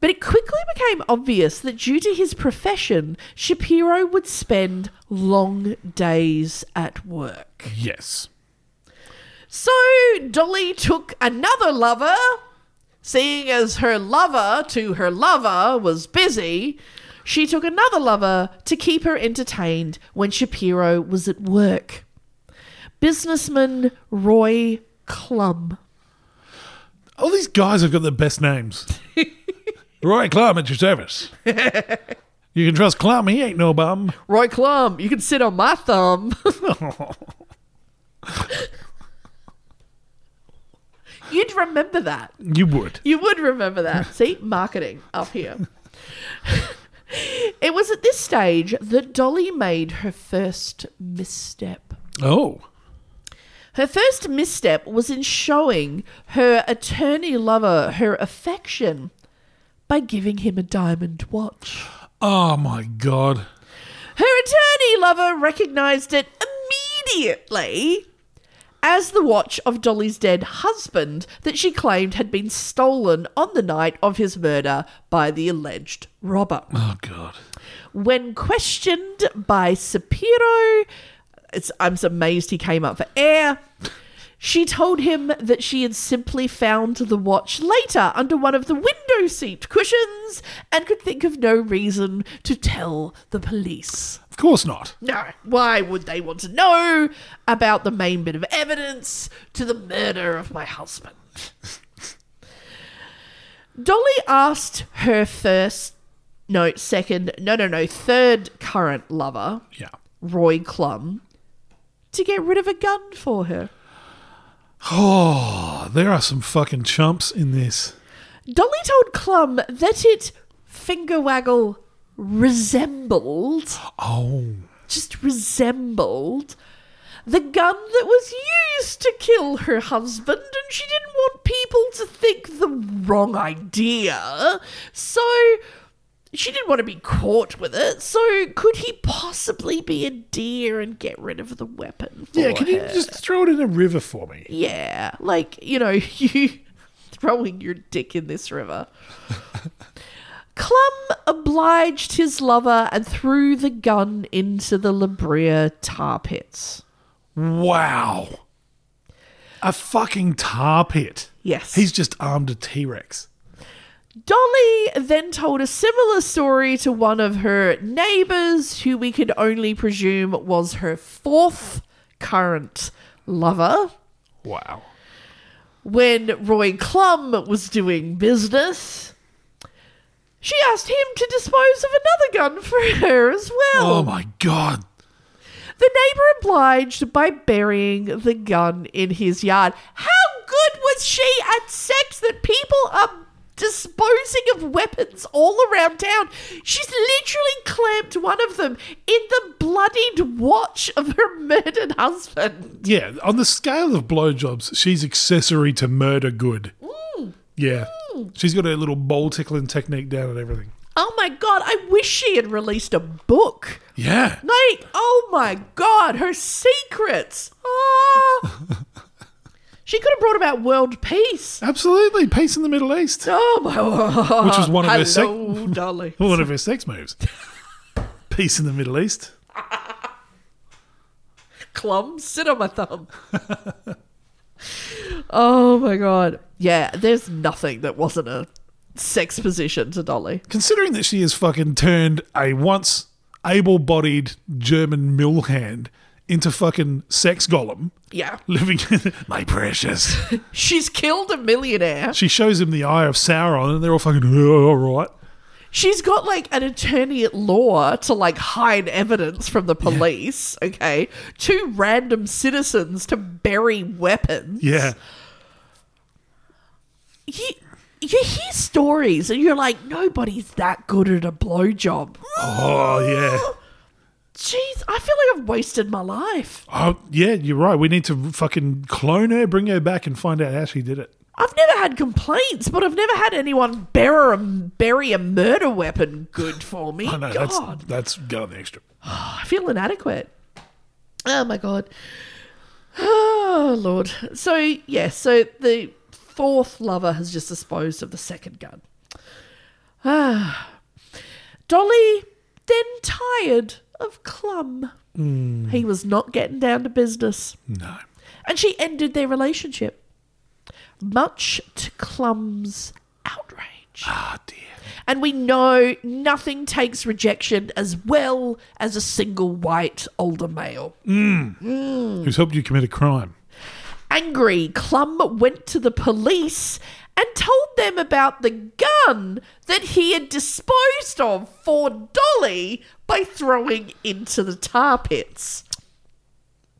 Speaker 2: But it quickly became obvious that due to his profession, Shapiro would spend long days at work.
Speaker 1: Yes.
Speaker 2: So Dolly took another lover, seeing as her lover to her lover was busy. She took another lover to keep her entertained when Shapiro was at work. Businessman Roy Clum.
Speaker 1: All these guys have got the best names. Roy Clum at your service. you can trust Clum, he ain't no bum.
Speaker 2: Roy Clum, you can sit on my thumb. You'd remember that.
Speaker 1: You would.
Speaker 2: You would remember that. See, marketing up here. it was at this stage that Dolly made her first misstep.
Speaker 1: Oh.
Speaker 2: Her first misstep was in showing her attorney lover her affection by giving him a diamond watch.
Speaker 1: Oh, my God.
Speaker 2: Her attorney lover recognized it immediately as the watch of Dolly's dead husband that she claimed had been stolen on the night of his murder by the alleged robber.
Speaker 1: Oh, God.
Speaker 2: When questioned by Sapiro, it's, I'm amazed he came up for air. She told him that she had simply found the watch later under one of the window seat cushions and could think of no reason to tell the police.
Speaker 1: Of course not.
Speaker 2: No, why would they want to know about the main bit of evidence to the murder of my husband? Dolly asked her first, no, second, no, no, no, third current lover,
Speaker 1: Yeah.
Speaker 2: Roy Clum, to get rid of a gun for her.
Speaker 1: Oh, there are some fucking chumps in this.
Speaker 2: Dolly told Clum that it finger waggle resembled,
Speaker 1: Oh.
Speaker 2: just resembled, the gun that was used to kill her husband, and she didn't want people to think the wrong idea. So she didn't want to be caught with it. So could he possibly be a deer and get rid of the weapon? For
Speaker 1: Yeah, can you
Speaker 2: her?
Speaker 1: just throw it in a river for me?
Speaker 2: Yeah, like you know, you throwing your dick in this river. Clum obliged his lover and threw the gun into the La Brea tar pits.
Speaker 1: Wow. A fucking tar pit.
Speaker 2: Yes.
Speaker 1: He's just armed a T Rex.
Speaker 2: Dolly then told a similar story to one of her neighbors, who we could only presume was her fourth current lover.
Speaker 1: Wow.
Speaker 2: when Roy Clum was doing business, she asked him to dispose of another gun for her as well.
Speaker 1: Oh my god.
Speaker 2: The neighbor obliged by burying the gun in his yard. How good was she at sex that people are disposing of weapons all around town? She's literally clamped one of them in the bloodied watch of her murdered husband.
Speaker 1: Yeah, on the scale of blowjobs, she's accessory to murder good. Yeah. She's got her little bowl tickling technique down and everything.
Speaker 2: Oh my god, I wish she had released a book.
Speaker 1: Yeah.
Speaker 2: Like, oh my god, her secrets. Ah. she could have brought about world peace.
Speaker 1: Absolutely. Peace in the Middle East.
Speaker 2: Oh my god.
Speaker 1: Which was one of her sec-
Speaker 2: Hello, darling.
Speaker 1: One of her sex moves. Peace in the Middle East.
Speaker 2: Clum, sit on my thumb. oh my god. Yeah, there's nothing that wasn't a sex position to Dolly.
Speaker 1: Considering that she has fucking turned a once able bodied German mill hand into fucking sex golem
Speaker 2: Yeah.
Speaker 1: living in my precious.
Speaker 2: She's killed a millionaire.
Speaker 1: She shows him the eye of Sauron and they're all fucking "Oh, all right.
Speaker 2: She's got like an attorney at law to like hide evidence from the police, okay? Two random citizens to bury weapons.
Speaker 1: Yeah.
Speaker 2: You, you hear stories and you're like, nobody's that good at a blowjob.
Speaker 1: Oh yeah.
Speaker 2: Jeez, I feel like I've wasted my life.
Speaker 1: Oh yeah, you're right. We need to fucking clone her, bring her back and find out how she did it.
Speaker 2: I've never had complaints, but I've never had anyone bury a, bury a murder weapon good for me.
Speaker 1: I know
Speaker 2: God.
Speaker 1: that's that's going the extra.
Speaker 2: I feel inadequate. Oh my god. Oh lord. So yes, so the fourth lover has just disposed of the second gun. Ah. Dolly then tired of Clum. He was not getting down to business.
Speaker 1: No.
Speaker 2: And she ended their relationship. Much to Clum's outrage.
Speaker 1: Ah dear.
Speaker 2: And we know nothing takes rejection as well as a single white older male.
Speaker 1: Who's helped you commit a crime?
Speaker 2: Angry, Clum went to the police and told them about the gun that he had disposed of for Dolly by throwing into the tar pits.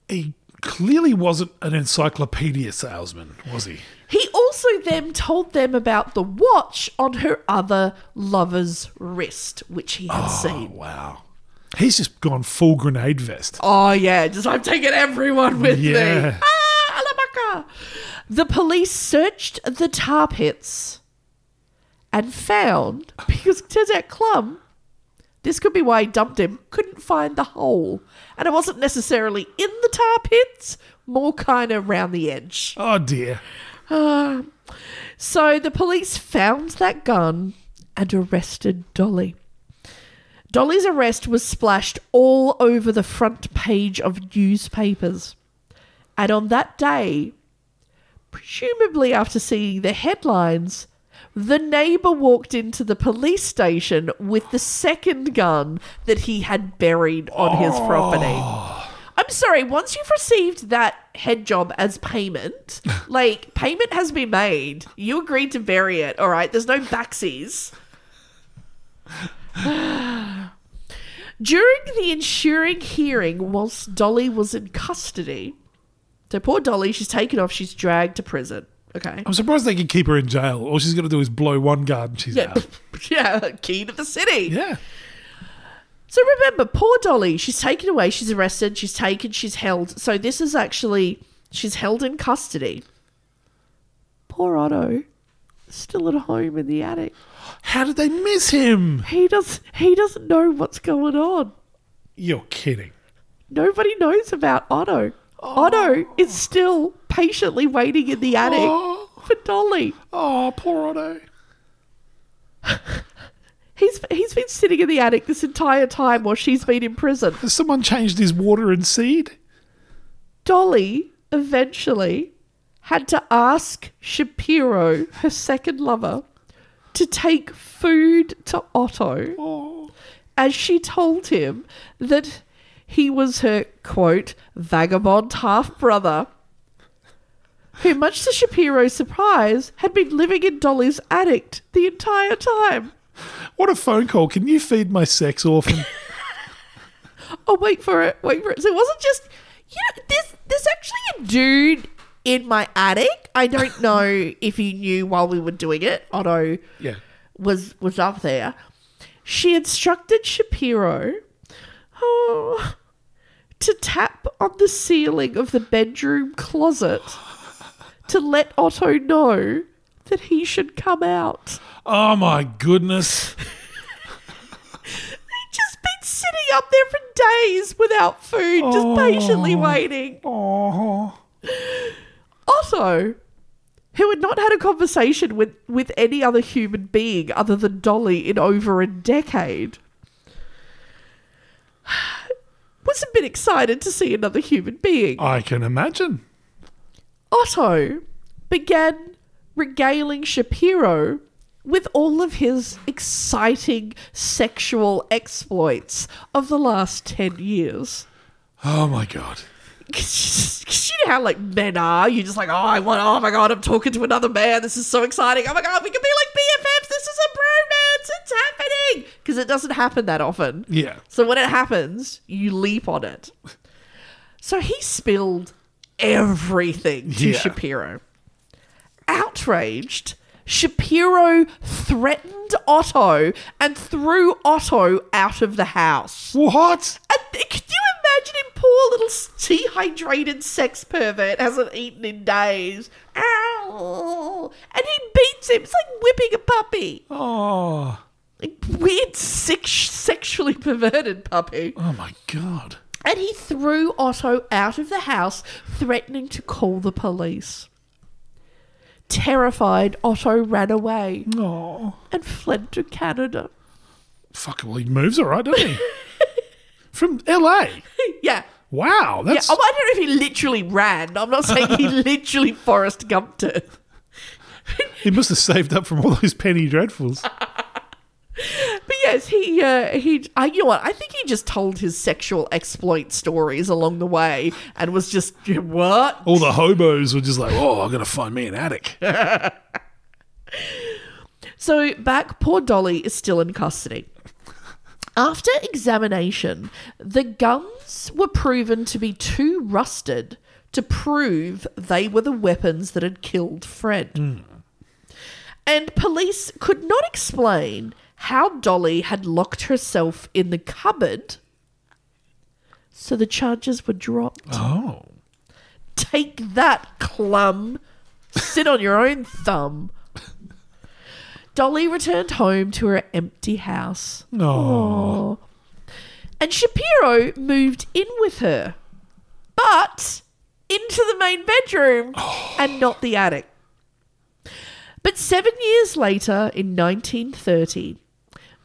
Speaker 1: He clearly wasn't an encyclopedia salesman, was he?
Speaker 2: He also then told them about the watch on her other lover's wrist, which he had seen.
Speaker 1: Wow. He's just gone full grenade vest.
Speaker 2: Oh yeah, just I'm taking everyone with me.
Speaker 1: Yeah.
Speaker 2: Ah, Alabaka. The police searched the tar pits and found because it turns out Clum, this could be why he dumped him, couldn't find the hole. And it wasn't necessarily in the tar pits, more kinda round the edge.
Speaker 1: Oh dear.
Speaker 2: So the police found that gun and arrested Dolly. Dolly's arrest was splashed all over the front page of newspapers. And on that day, Presumably, after seeing the headlines, the neighbor walked into the police station with the second gun that he had buried on his property. I'm sorry, once you've received that head job as payment, like payment has been made. You agreed to bury it, all right? There's no backsies. During the ensuing hearing, whilst Dolly was in custody, so poor Dolly, she's taken off, she's dragged to prison. Okay.
Speaker 1: I'm surprised they could keep her in jail. All she's got to do is blow one guard and she's
Speaker 2: Yeah,
Speaker 1: out.
Speaker 2: yeah, key to the city.
Speaker 1: Yeah.
Speaker 2: So remember, poor Dolly, she's taken away, she's arrested, she's taken, she's held. So this is actually, she's held in custody. Poor Otto, still at home in the attic.
Speaker 1: How did they miss him?
Speaker 2: He does, he doesn't know what's going on.
Speaker 1: You're kidding.
Speaker 2: Nobody knows about Otto. Otto is still patiently waiting in the attic
Speaker 1: Oh,
Speaker 2: for Dolly.
Speaker 1: oh, poor Otto.
Speaker 2: He's he's been sitting in the attic this entire time while she's been in prison.
Speaker 1: Has someone changed his water and seed?
Speaker 2: Dolly eventually had to ask Shapiro, her second lover, to take food to Otto as she told him that he was her, quote, vagabond half brother, who, much to Shapiro's surprise, had been living in Dolly's attic the entire time.
Speaker 1: What a phone call. Can you feed my sex orphan?
Speaker 2: Oh, wait for it, wait for it. So it wasn't just, you know, there's, there's actually a dude in my attic. I don't know if you knew while we were doing it. Otto
Speaker 1: yeah.
Speaker 2: was was up there. She instructed Shapiro oh, to tap on the ceiling of the bedroom closet to let Otto know that he should come out.
Speaker 1: Oh my goodness.
Speaker 2: He'd just been sitting up there for days without food, just patiently waiting.
Speaker 1: Oh.
Speaker 2: Otto, who had not had a conversation with, with any other human being other than Dolly in over a decade, was a bit excited to see another human being.
Speaker 1: I can imagine.
Speaker 2: Otto began regaling Shapiro with all of his exciting sexual exploits of the last 10 years.
Speaker 1: Oh my god.
Speaker 2: Cause you know how like men are. You're just like, oh, I want. Oh my god, I'm talking to another man. This is so exciting. Oh my god, we can be like BFFs. This is a bromance. It's happening. Because it doesn't happen that often.
Speaker 1: Yeah.
Speaker 2: So when it happens, you leap on it. So he spilled everything to
Speaker 1: Yeah.
Speaker 2: Shapiro. Outraged, Shapiro threatened Otto and threw Otto out of the house.
Speaker 1: What?
Speaker 2: And th- could you imagine him, poor little s- dehydrated sex pervert, hasn't eaten in days? Ow! And he beats him. It's like whipping a puppy.
Speaker 1: Oh.
Speaker 2: Like weird, sex- sexually perverted puppy.
Speaker 1: Oh my god.
Speaker 2: And he threw Otto out of the house, threatening to call the police. Terrified, Otto ran away
Speaker 1: Oh.
Speaker 2: and fled to Canada.
Speaker 1: Fuck, well, he moves all right, doesn't he? From LA.
Speaker 2: Yeah,
Speaker 1: Wow.
Speaker 2: Yeah,
Speaker 1: That's.
Speaker 2: oh, I don't know if he literally ran. I'm not saying he literally Forrest Gumped it.
Speaker 1: He must have saved up from all those penny dreadfuls.
Speaker 2: But yes, he uh, he. I, you know what? I think he just told his sexual exploit stories along the way and was just what.
Speaker 1: All the hobos were just like, oh, I'm going to find me an attic.
Speaker 2: So back, poor Dolly is still in custody. After examination, the guns were proven to be too rusted to prove they were the weapons that had killed Fred. And police could not explain how Dolly had locked herself in the cupboard. So the charges were dropped.
Speaker 1: Oh.
Speaker 2: Take that, clum. Sit on your own thumb. Dolly returned home to her empty house.
Speaker 1: No.
Speaker 2: Oh. And Shapiro moved in with her, but into the main bedroom and not the attic. But seven years later, in 1930,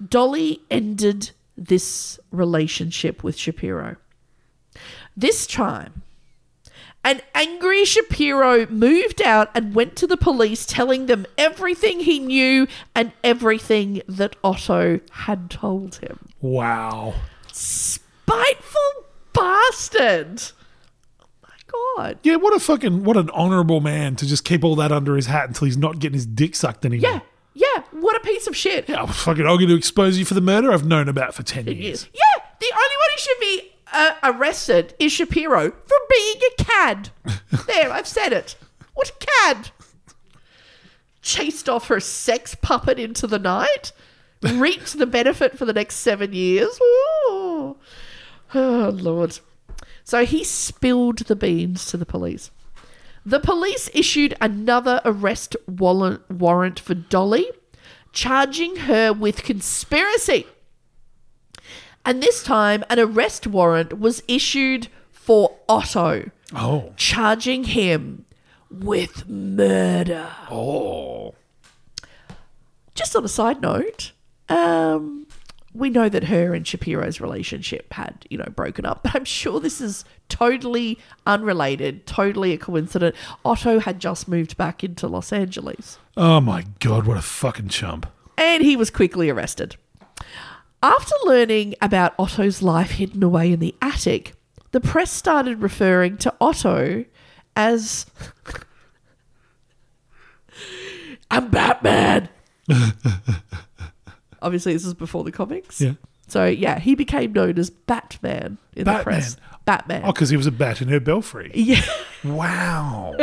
Speaker 2: Dolly ended this relationship with Shapiro. This time, An angry Shapiro moved out and went to the police, telling them everything he knew and everything that Otto had told him.
Speaker 1: Wow.
Speaker 2: Spiteful bastard! Oh my god.
Speaker 1: Yeah, what a fucking what an honourable man to just keep all that under his hat until he's not getting his dick sucked anymore.
Speaker 2: Yeah, yeah, what a piece of shit.
Speaker 1: Yeah, I'm fucking I'm going to expose you for the murder I've known about for ten years.
Speaker 2: Yeah, the only one who should be uh, arrested is Shapiro for being a cad. there, I've said it. What a cad! Chased off her sex puppet into the night, reaped the benefit for the next seven years. Ooh. Oh, Lord. So he spilled the beans to the police. The police issued another arrest wallen- warrant for Dolly, charging her with conspiracy. And this time, an arrest warrant was issued for Otto,
Speaker 1: Oh.
Speaker 2: charging him with murder.
Speaker 1: Oh.
Speaker 2: Just on a side note, um, we know that her and Shapiro's relationship had, you know, broken up, but I'm sure this is totally unrelated, totally a coincidence. Otto had just moved back into Los Angeles.
Speaker 1: Oh my god, what a fucking chump.
Speaker 2: and he was quickly arrested. After learning about Otto's life hidden away in the attic, the press started referring to Otto as I'm Batman. Obviously, this is before the comics.
Speaker 1: Yeah.
Speaker 2: So, yeah, he became known as Batman in the
Speaker 1: Batman.
Speaker 2: press. Batman.
Speaker 1: Oh, because he was a bat in her belfry.
Speaker 2: Yeah.
Speaker 1: Wow.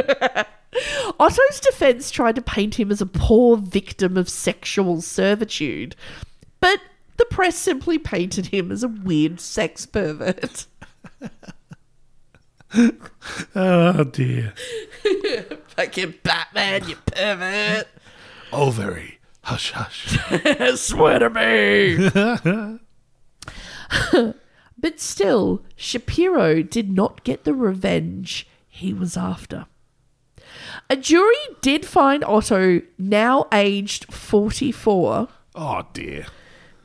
Speaker 2: Otto's defense tried to paint him as a poor victim of sexual servitude, but the press simply painted him as a weird sex pervert.
Speaker 1: oh dear.
Speaker 2: Fucking Batman, you pervert.
Speaker 1: Oh very. Hush hush.
Speaker 2: Swear to me. but still, Shapiro did not get the revenge he was after. A jury did find Otto, now aged 44,
Speaker 1: Oh dear.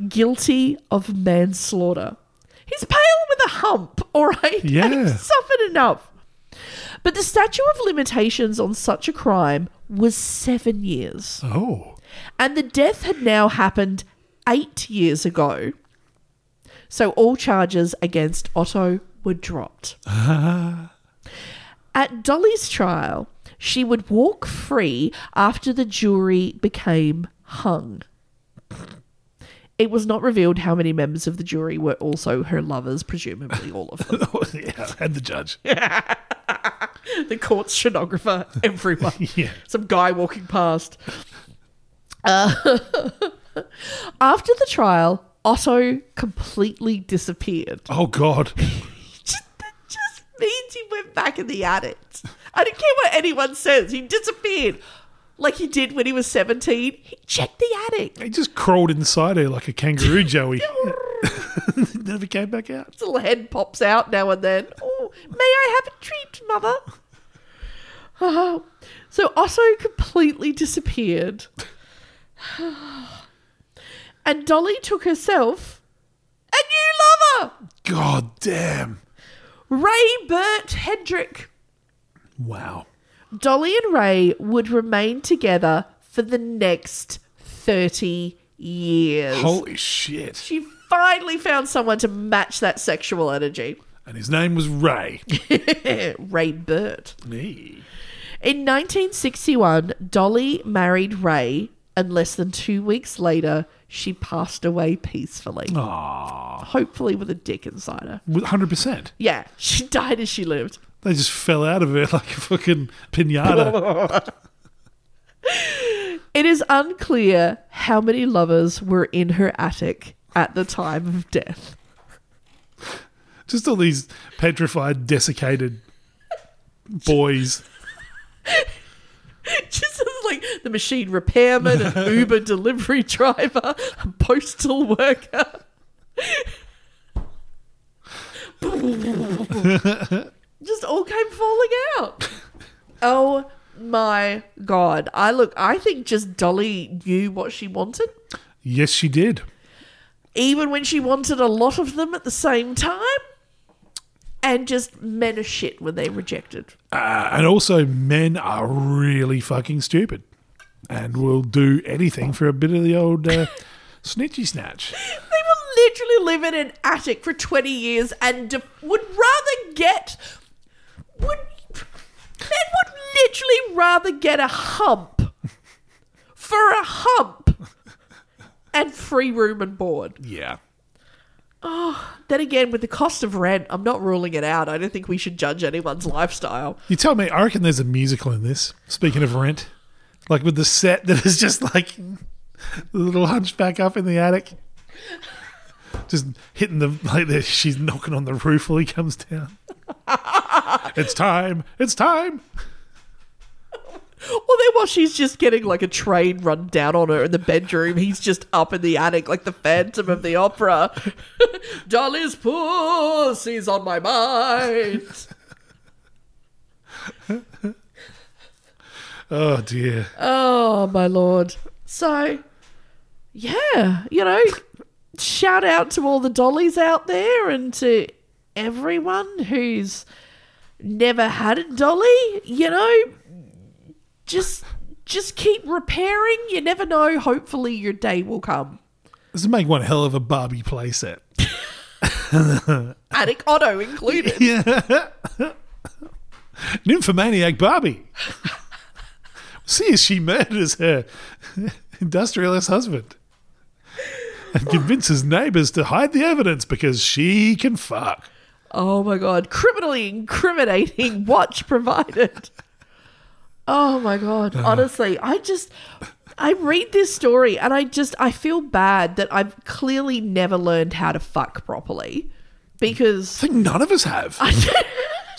Speaker 2: guilty of manslaughter. He's pale with a hump, all right?
Speaker 1: Yeah.
Speaker 2: And he's suffered enough. But the statute of limitations on such a crime was seven years.
Speaker 1: Oh.
Speaker 2: And the death had now happened eight years ago. So all charges against Otto were dropped. At Dolly's trial, she would walk free after the jury became hung. It was not revealed how many members of the jury were also her lovers, presumably all of them.
Speaker 1: yeah, and the judge.
Speaker 2: the court stenographer, everyone.
Speaker 1: Yeah.
Speaker 2: some guy walking past. Uh, after the trial, Otto completely disappeared.
Speaker 1: Oh god.
Speaker 2: Just, that just means he went back in the attic. I don't care what anyone says. He disappeared like he did when he was 17. He checked the attic.
Speaker 1: He just crawled inside her like a kangaroo joey. Never came back out.
Speaker 2: His little head pops out now and then. Oh, may I have a treat, mother? Oh, so Otto completely disappeared. and Dolly took herself a new lover,
Speaker 1: God damn.
Speaker 2: Ray Burt Hendrick.
Speaker 1: Wow.
Speaker 2: Dolly and Ray would remain together for the next 30 years.
Speaker 1: Holy shit.
Speaker 2: she finally found someone to match that sexual energy.
Speaker 1: And his name was Ray.
Speaker 2: Ray Burt.
Speaker 1: Me.
Speaker 2: In 1961, Dolly married Ray, and less than two weeks later, she passed away peacefully.
Speaker 1: Oh.
Speaker 2: Hopefully, with a dick inside
Speaker 1: Ah.
Speaker 2: her.
Speaker 1: With 100%.
Speaker 2: Yeah, she died as she lived.
Speaker 1: They just fell out of it like a fucking pinata.
Speaker 2: It is unclear how many lovers were in her attic at the time of death.
Speaker 1: just all these petrified, desiccated boys.
Speaker 2: Just sounds like the machine repairman, an Uber delivery driver, a postal worker. Just all came falling out. Oh my god. I look, I think just Dolly knew what she wanted,
Speaker 1: Yes, she did.
Speaker 2: even when she wanted a lot of them at the same time. and just men are shit when they rejected.
Speaker 1: Uh, and also, men are really fucking stupid and will do anything for a bit of the old uh, snitchy snatch.
Speaker 2: They will literally live in an attic for 20 years and de- would rather get. Would, men would literally rather get a hump for a hump and free room and board.
Speaker 1: Yeah.
Speaker 2: Then again, with the cost of rent, I'm not ruling it out. I don't think we should judge anyone's lifestyle.
Speaker 1: You tell me, I reckon there's a musical in this. Speaking of rent, like with the set that is just like the little hunchback up in the attic, just hitting the like the, she's knocking on the roof while he comes down. it's time! It's time!
Speaker 2: Well, then while she's just getting like a train run down on her in the bedroom, he's just up in the attic like the Phantom of the Opera. Dolly's pussy's on my mind.
Speaker 1: Oh dear!
Speaker 2: Oh, my lord. So, yeah, you know, shout out to all the Dollies out there and to everyone who's never had a Dolly, you know, just. Just keep repairing. You never know. Hopefully, your day will come.
Speaker 1: This would make one hell of a Barbie playset.
Speaker 2: Attic Otto included.
Speaker 1: Nymphomaniac Barbie. See as she murders her industrialist husband and convinces neighbors to hide the evidence because she can fuck.
Speaker 2: Oh my god. Criminally incriminating watch provided. Oh my god. Honestly, I just I read this story and I just I feel bad that I've clearly never learned how to fuck properly. Because
Speaker 1: I think none of us have.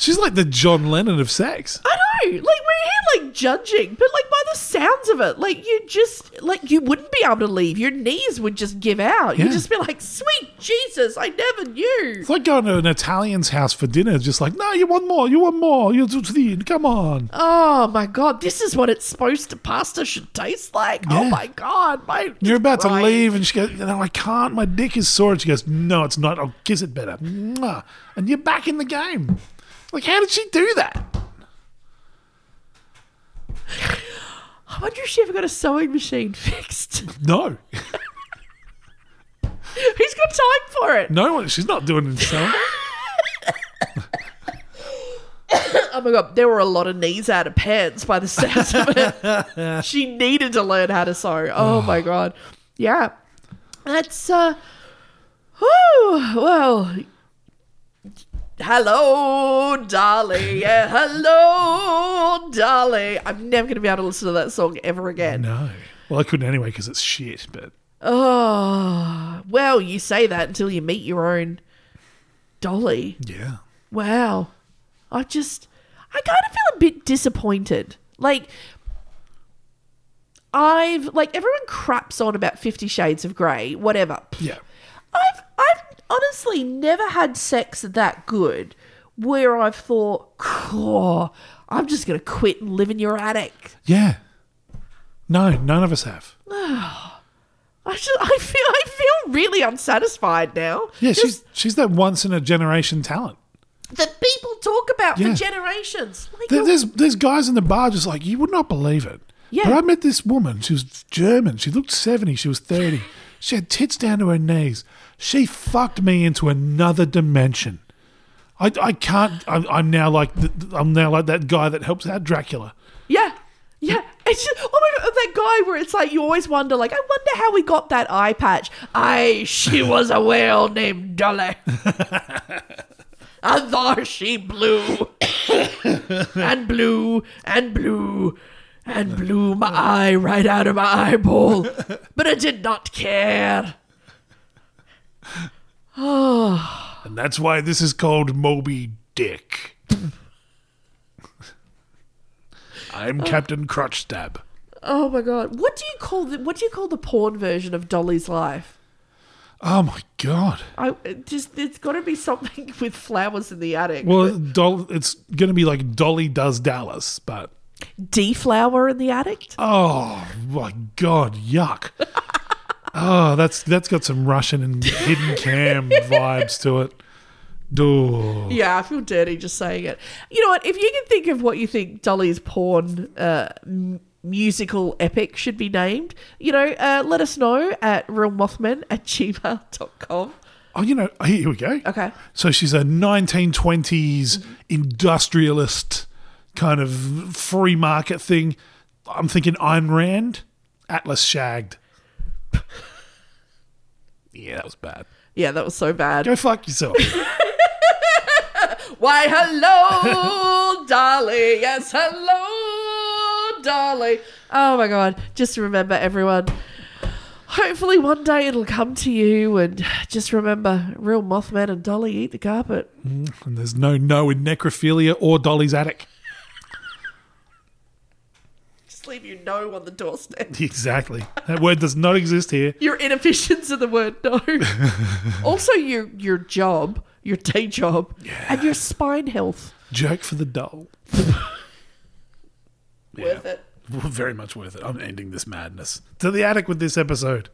Speaker 1: She's like the John Lennon of sex.
Speaker 2: I know, like we're here like judging, but like by the sounds of it, like you just like you wouldn't be able to leave. Your knees would just give out.
Speaker 1: Yeah.
Speaker 2: You'd just be like, sweet Jesus, I never knew.
Speaker 1: It's like going to an Italian's house for dinner, just like, no, you want more, you want more, you do the come on.
Speaker 2: Oh my god, this is what it's supposed to pasta should taste like. Oh
Speaker 1: Yeah.
Speaker 2: my god, my
Speaker 1: You're about
Speaker 2: Right.
Speaker 1: to leave, and she goes, No, I can't. My dick is sore. And she goes, No, it's not. I'll kiss it better. Mwah. And you're back in the game. Like, how did she do that?
Speaker 2: I wonder if she ever got a sewing machine fixed.
Speaker 1: No.
Speaker 2: Who's got time for it?
Speaker 1: No one. She's not doing it herself.
Speaker 2: Oh my god, there were a lot of knees out of pants by the sounds of it. she needed to learn how to sew. Oh my god. Yeah. That's uh whew, well Hello, Dolly. Yeah, hello, Dolly. I'm never going to be able to listen to that song ever again.
Speaker 1: No. Well, I couldn't anyway because it's shit, but
Speaker 2: Oh, well, you say that until you meet your own dolly.
Speaker 1: yeah.
Speaker 2: Wow. I just, I kind of feel a bit disappointed. Like, I've, like, everyone craps on about Fifty Shades of Grey, whatever.
Speaker 1: Yeah.
Speaker 2: I've, I've honestly never had sex that good where I've thought, "Cool, I'm just going to quit and live in your attic.
Speaker 1: Yeah. No, none of us have.
Speaker 2: I just, I feel, I feel really unsatisfied now.
Speaker 1: Yeah,
Speaker 2: Just-
Speaker 1: she's she's that once in a generation talent.
Speaker 2: that people talk about
Speaker 1: Yeah.
Speaker 2: for generations. Like,
Speaker 1: There-
Speaker 2: you're-
Speaker 1: There's there's guys in the bar just like you would not believe it.
Speaker 2: Yeah.
Speaker 1: But I met this woman. She was German. She looked seventy. She was thirty. She had tits down to her knees. She fucked me into another dimension. I, I can't. I'm, I'm now like the, I'm now like that guy that helps out Dracula.
Speaker 2: yeah. Yeah, it's just, oh my god, that guy where it's like you always wonder, like, I wonder how we got that eye patch. I, she was a whale named Dolly. and there she blew, and blew, and blew, and blew my eye right out of my eyeball. But I did not care. Oh.
Speaker 1: And that's why this is called Moby Dick. I'm Captain Crotchstab.
Speaker 2: Oh my god, what do you call the, what do you call the porn version of Dolly's life?
Speaker 1: Oh my god.
Speaker 2: I it just it's got to be something with flowers in the attic.
Speaker 1: Well, Dol- it's going to be like Dolly does Dallas, but
Speaker 2: Deflower in the attic?
Speaker 1: Oh my god, yuck. oh, that's that's got some Russian and hidden cam vibes to it. Oh,
Speaker 2: Yeah, I feel dirty just saying it. You know what? If you can think of what you think Dolly's porn uh, m- musical epic should be named, you know, uh, let us know at realmothman at gmail.com.
Speaker 1: oh, you know, here we go.
Speaker 2: Okay.
Speaker 1: So she's a 1920s industrialist kind of free market thing. I'm thinking Ayn Rand, Atlas Shagged. yeah, that was bad.
Speaker 2: Yeah, that was so bad.
Speaker 1: Go fuck yourself.
Speaker 2: Why, hello, Dolly. Yes, hello, Dolly. Oh my God. Just remember, everyone. Hopefully, one day it'll come to you. And just remember, real Mothman and Dolly eat the carpet.
Speaker 1: and there's no no in necrophilia or Dolly's attic.
Speaker 2: Just leave you no on the doorstep.
Speaker 1: Exactly. That word does not exist here.
Speaker 2: Your inefficiency of the word no. also, your your job, your day job, and your spine health.
Speaker 1: Joke for the doll.
Speaker 2: Worth it.
Speaker 1: Very much worth it. I'm ending this madness. To the attic with this episode.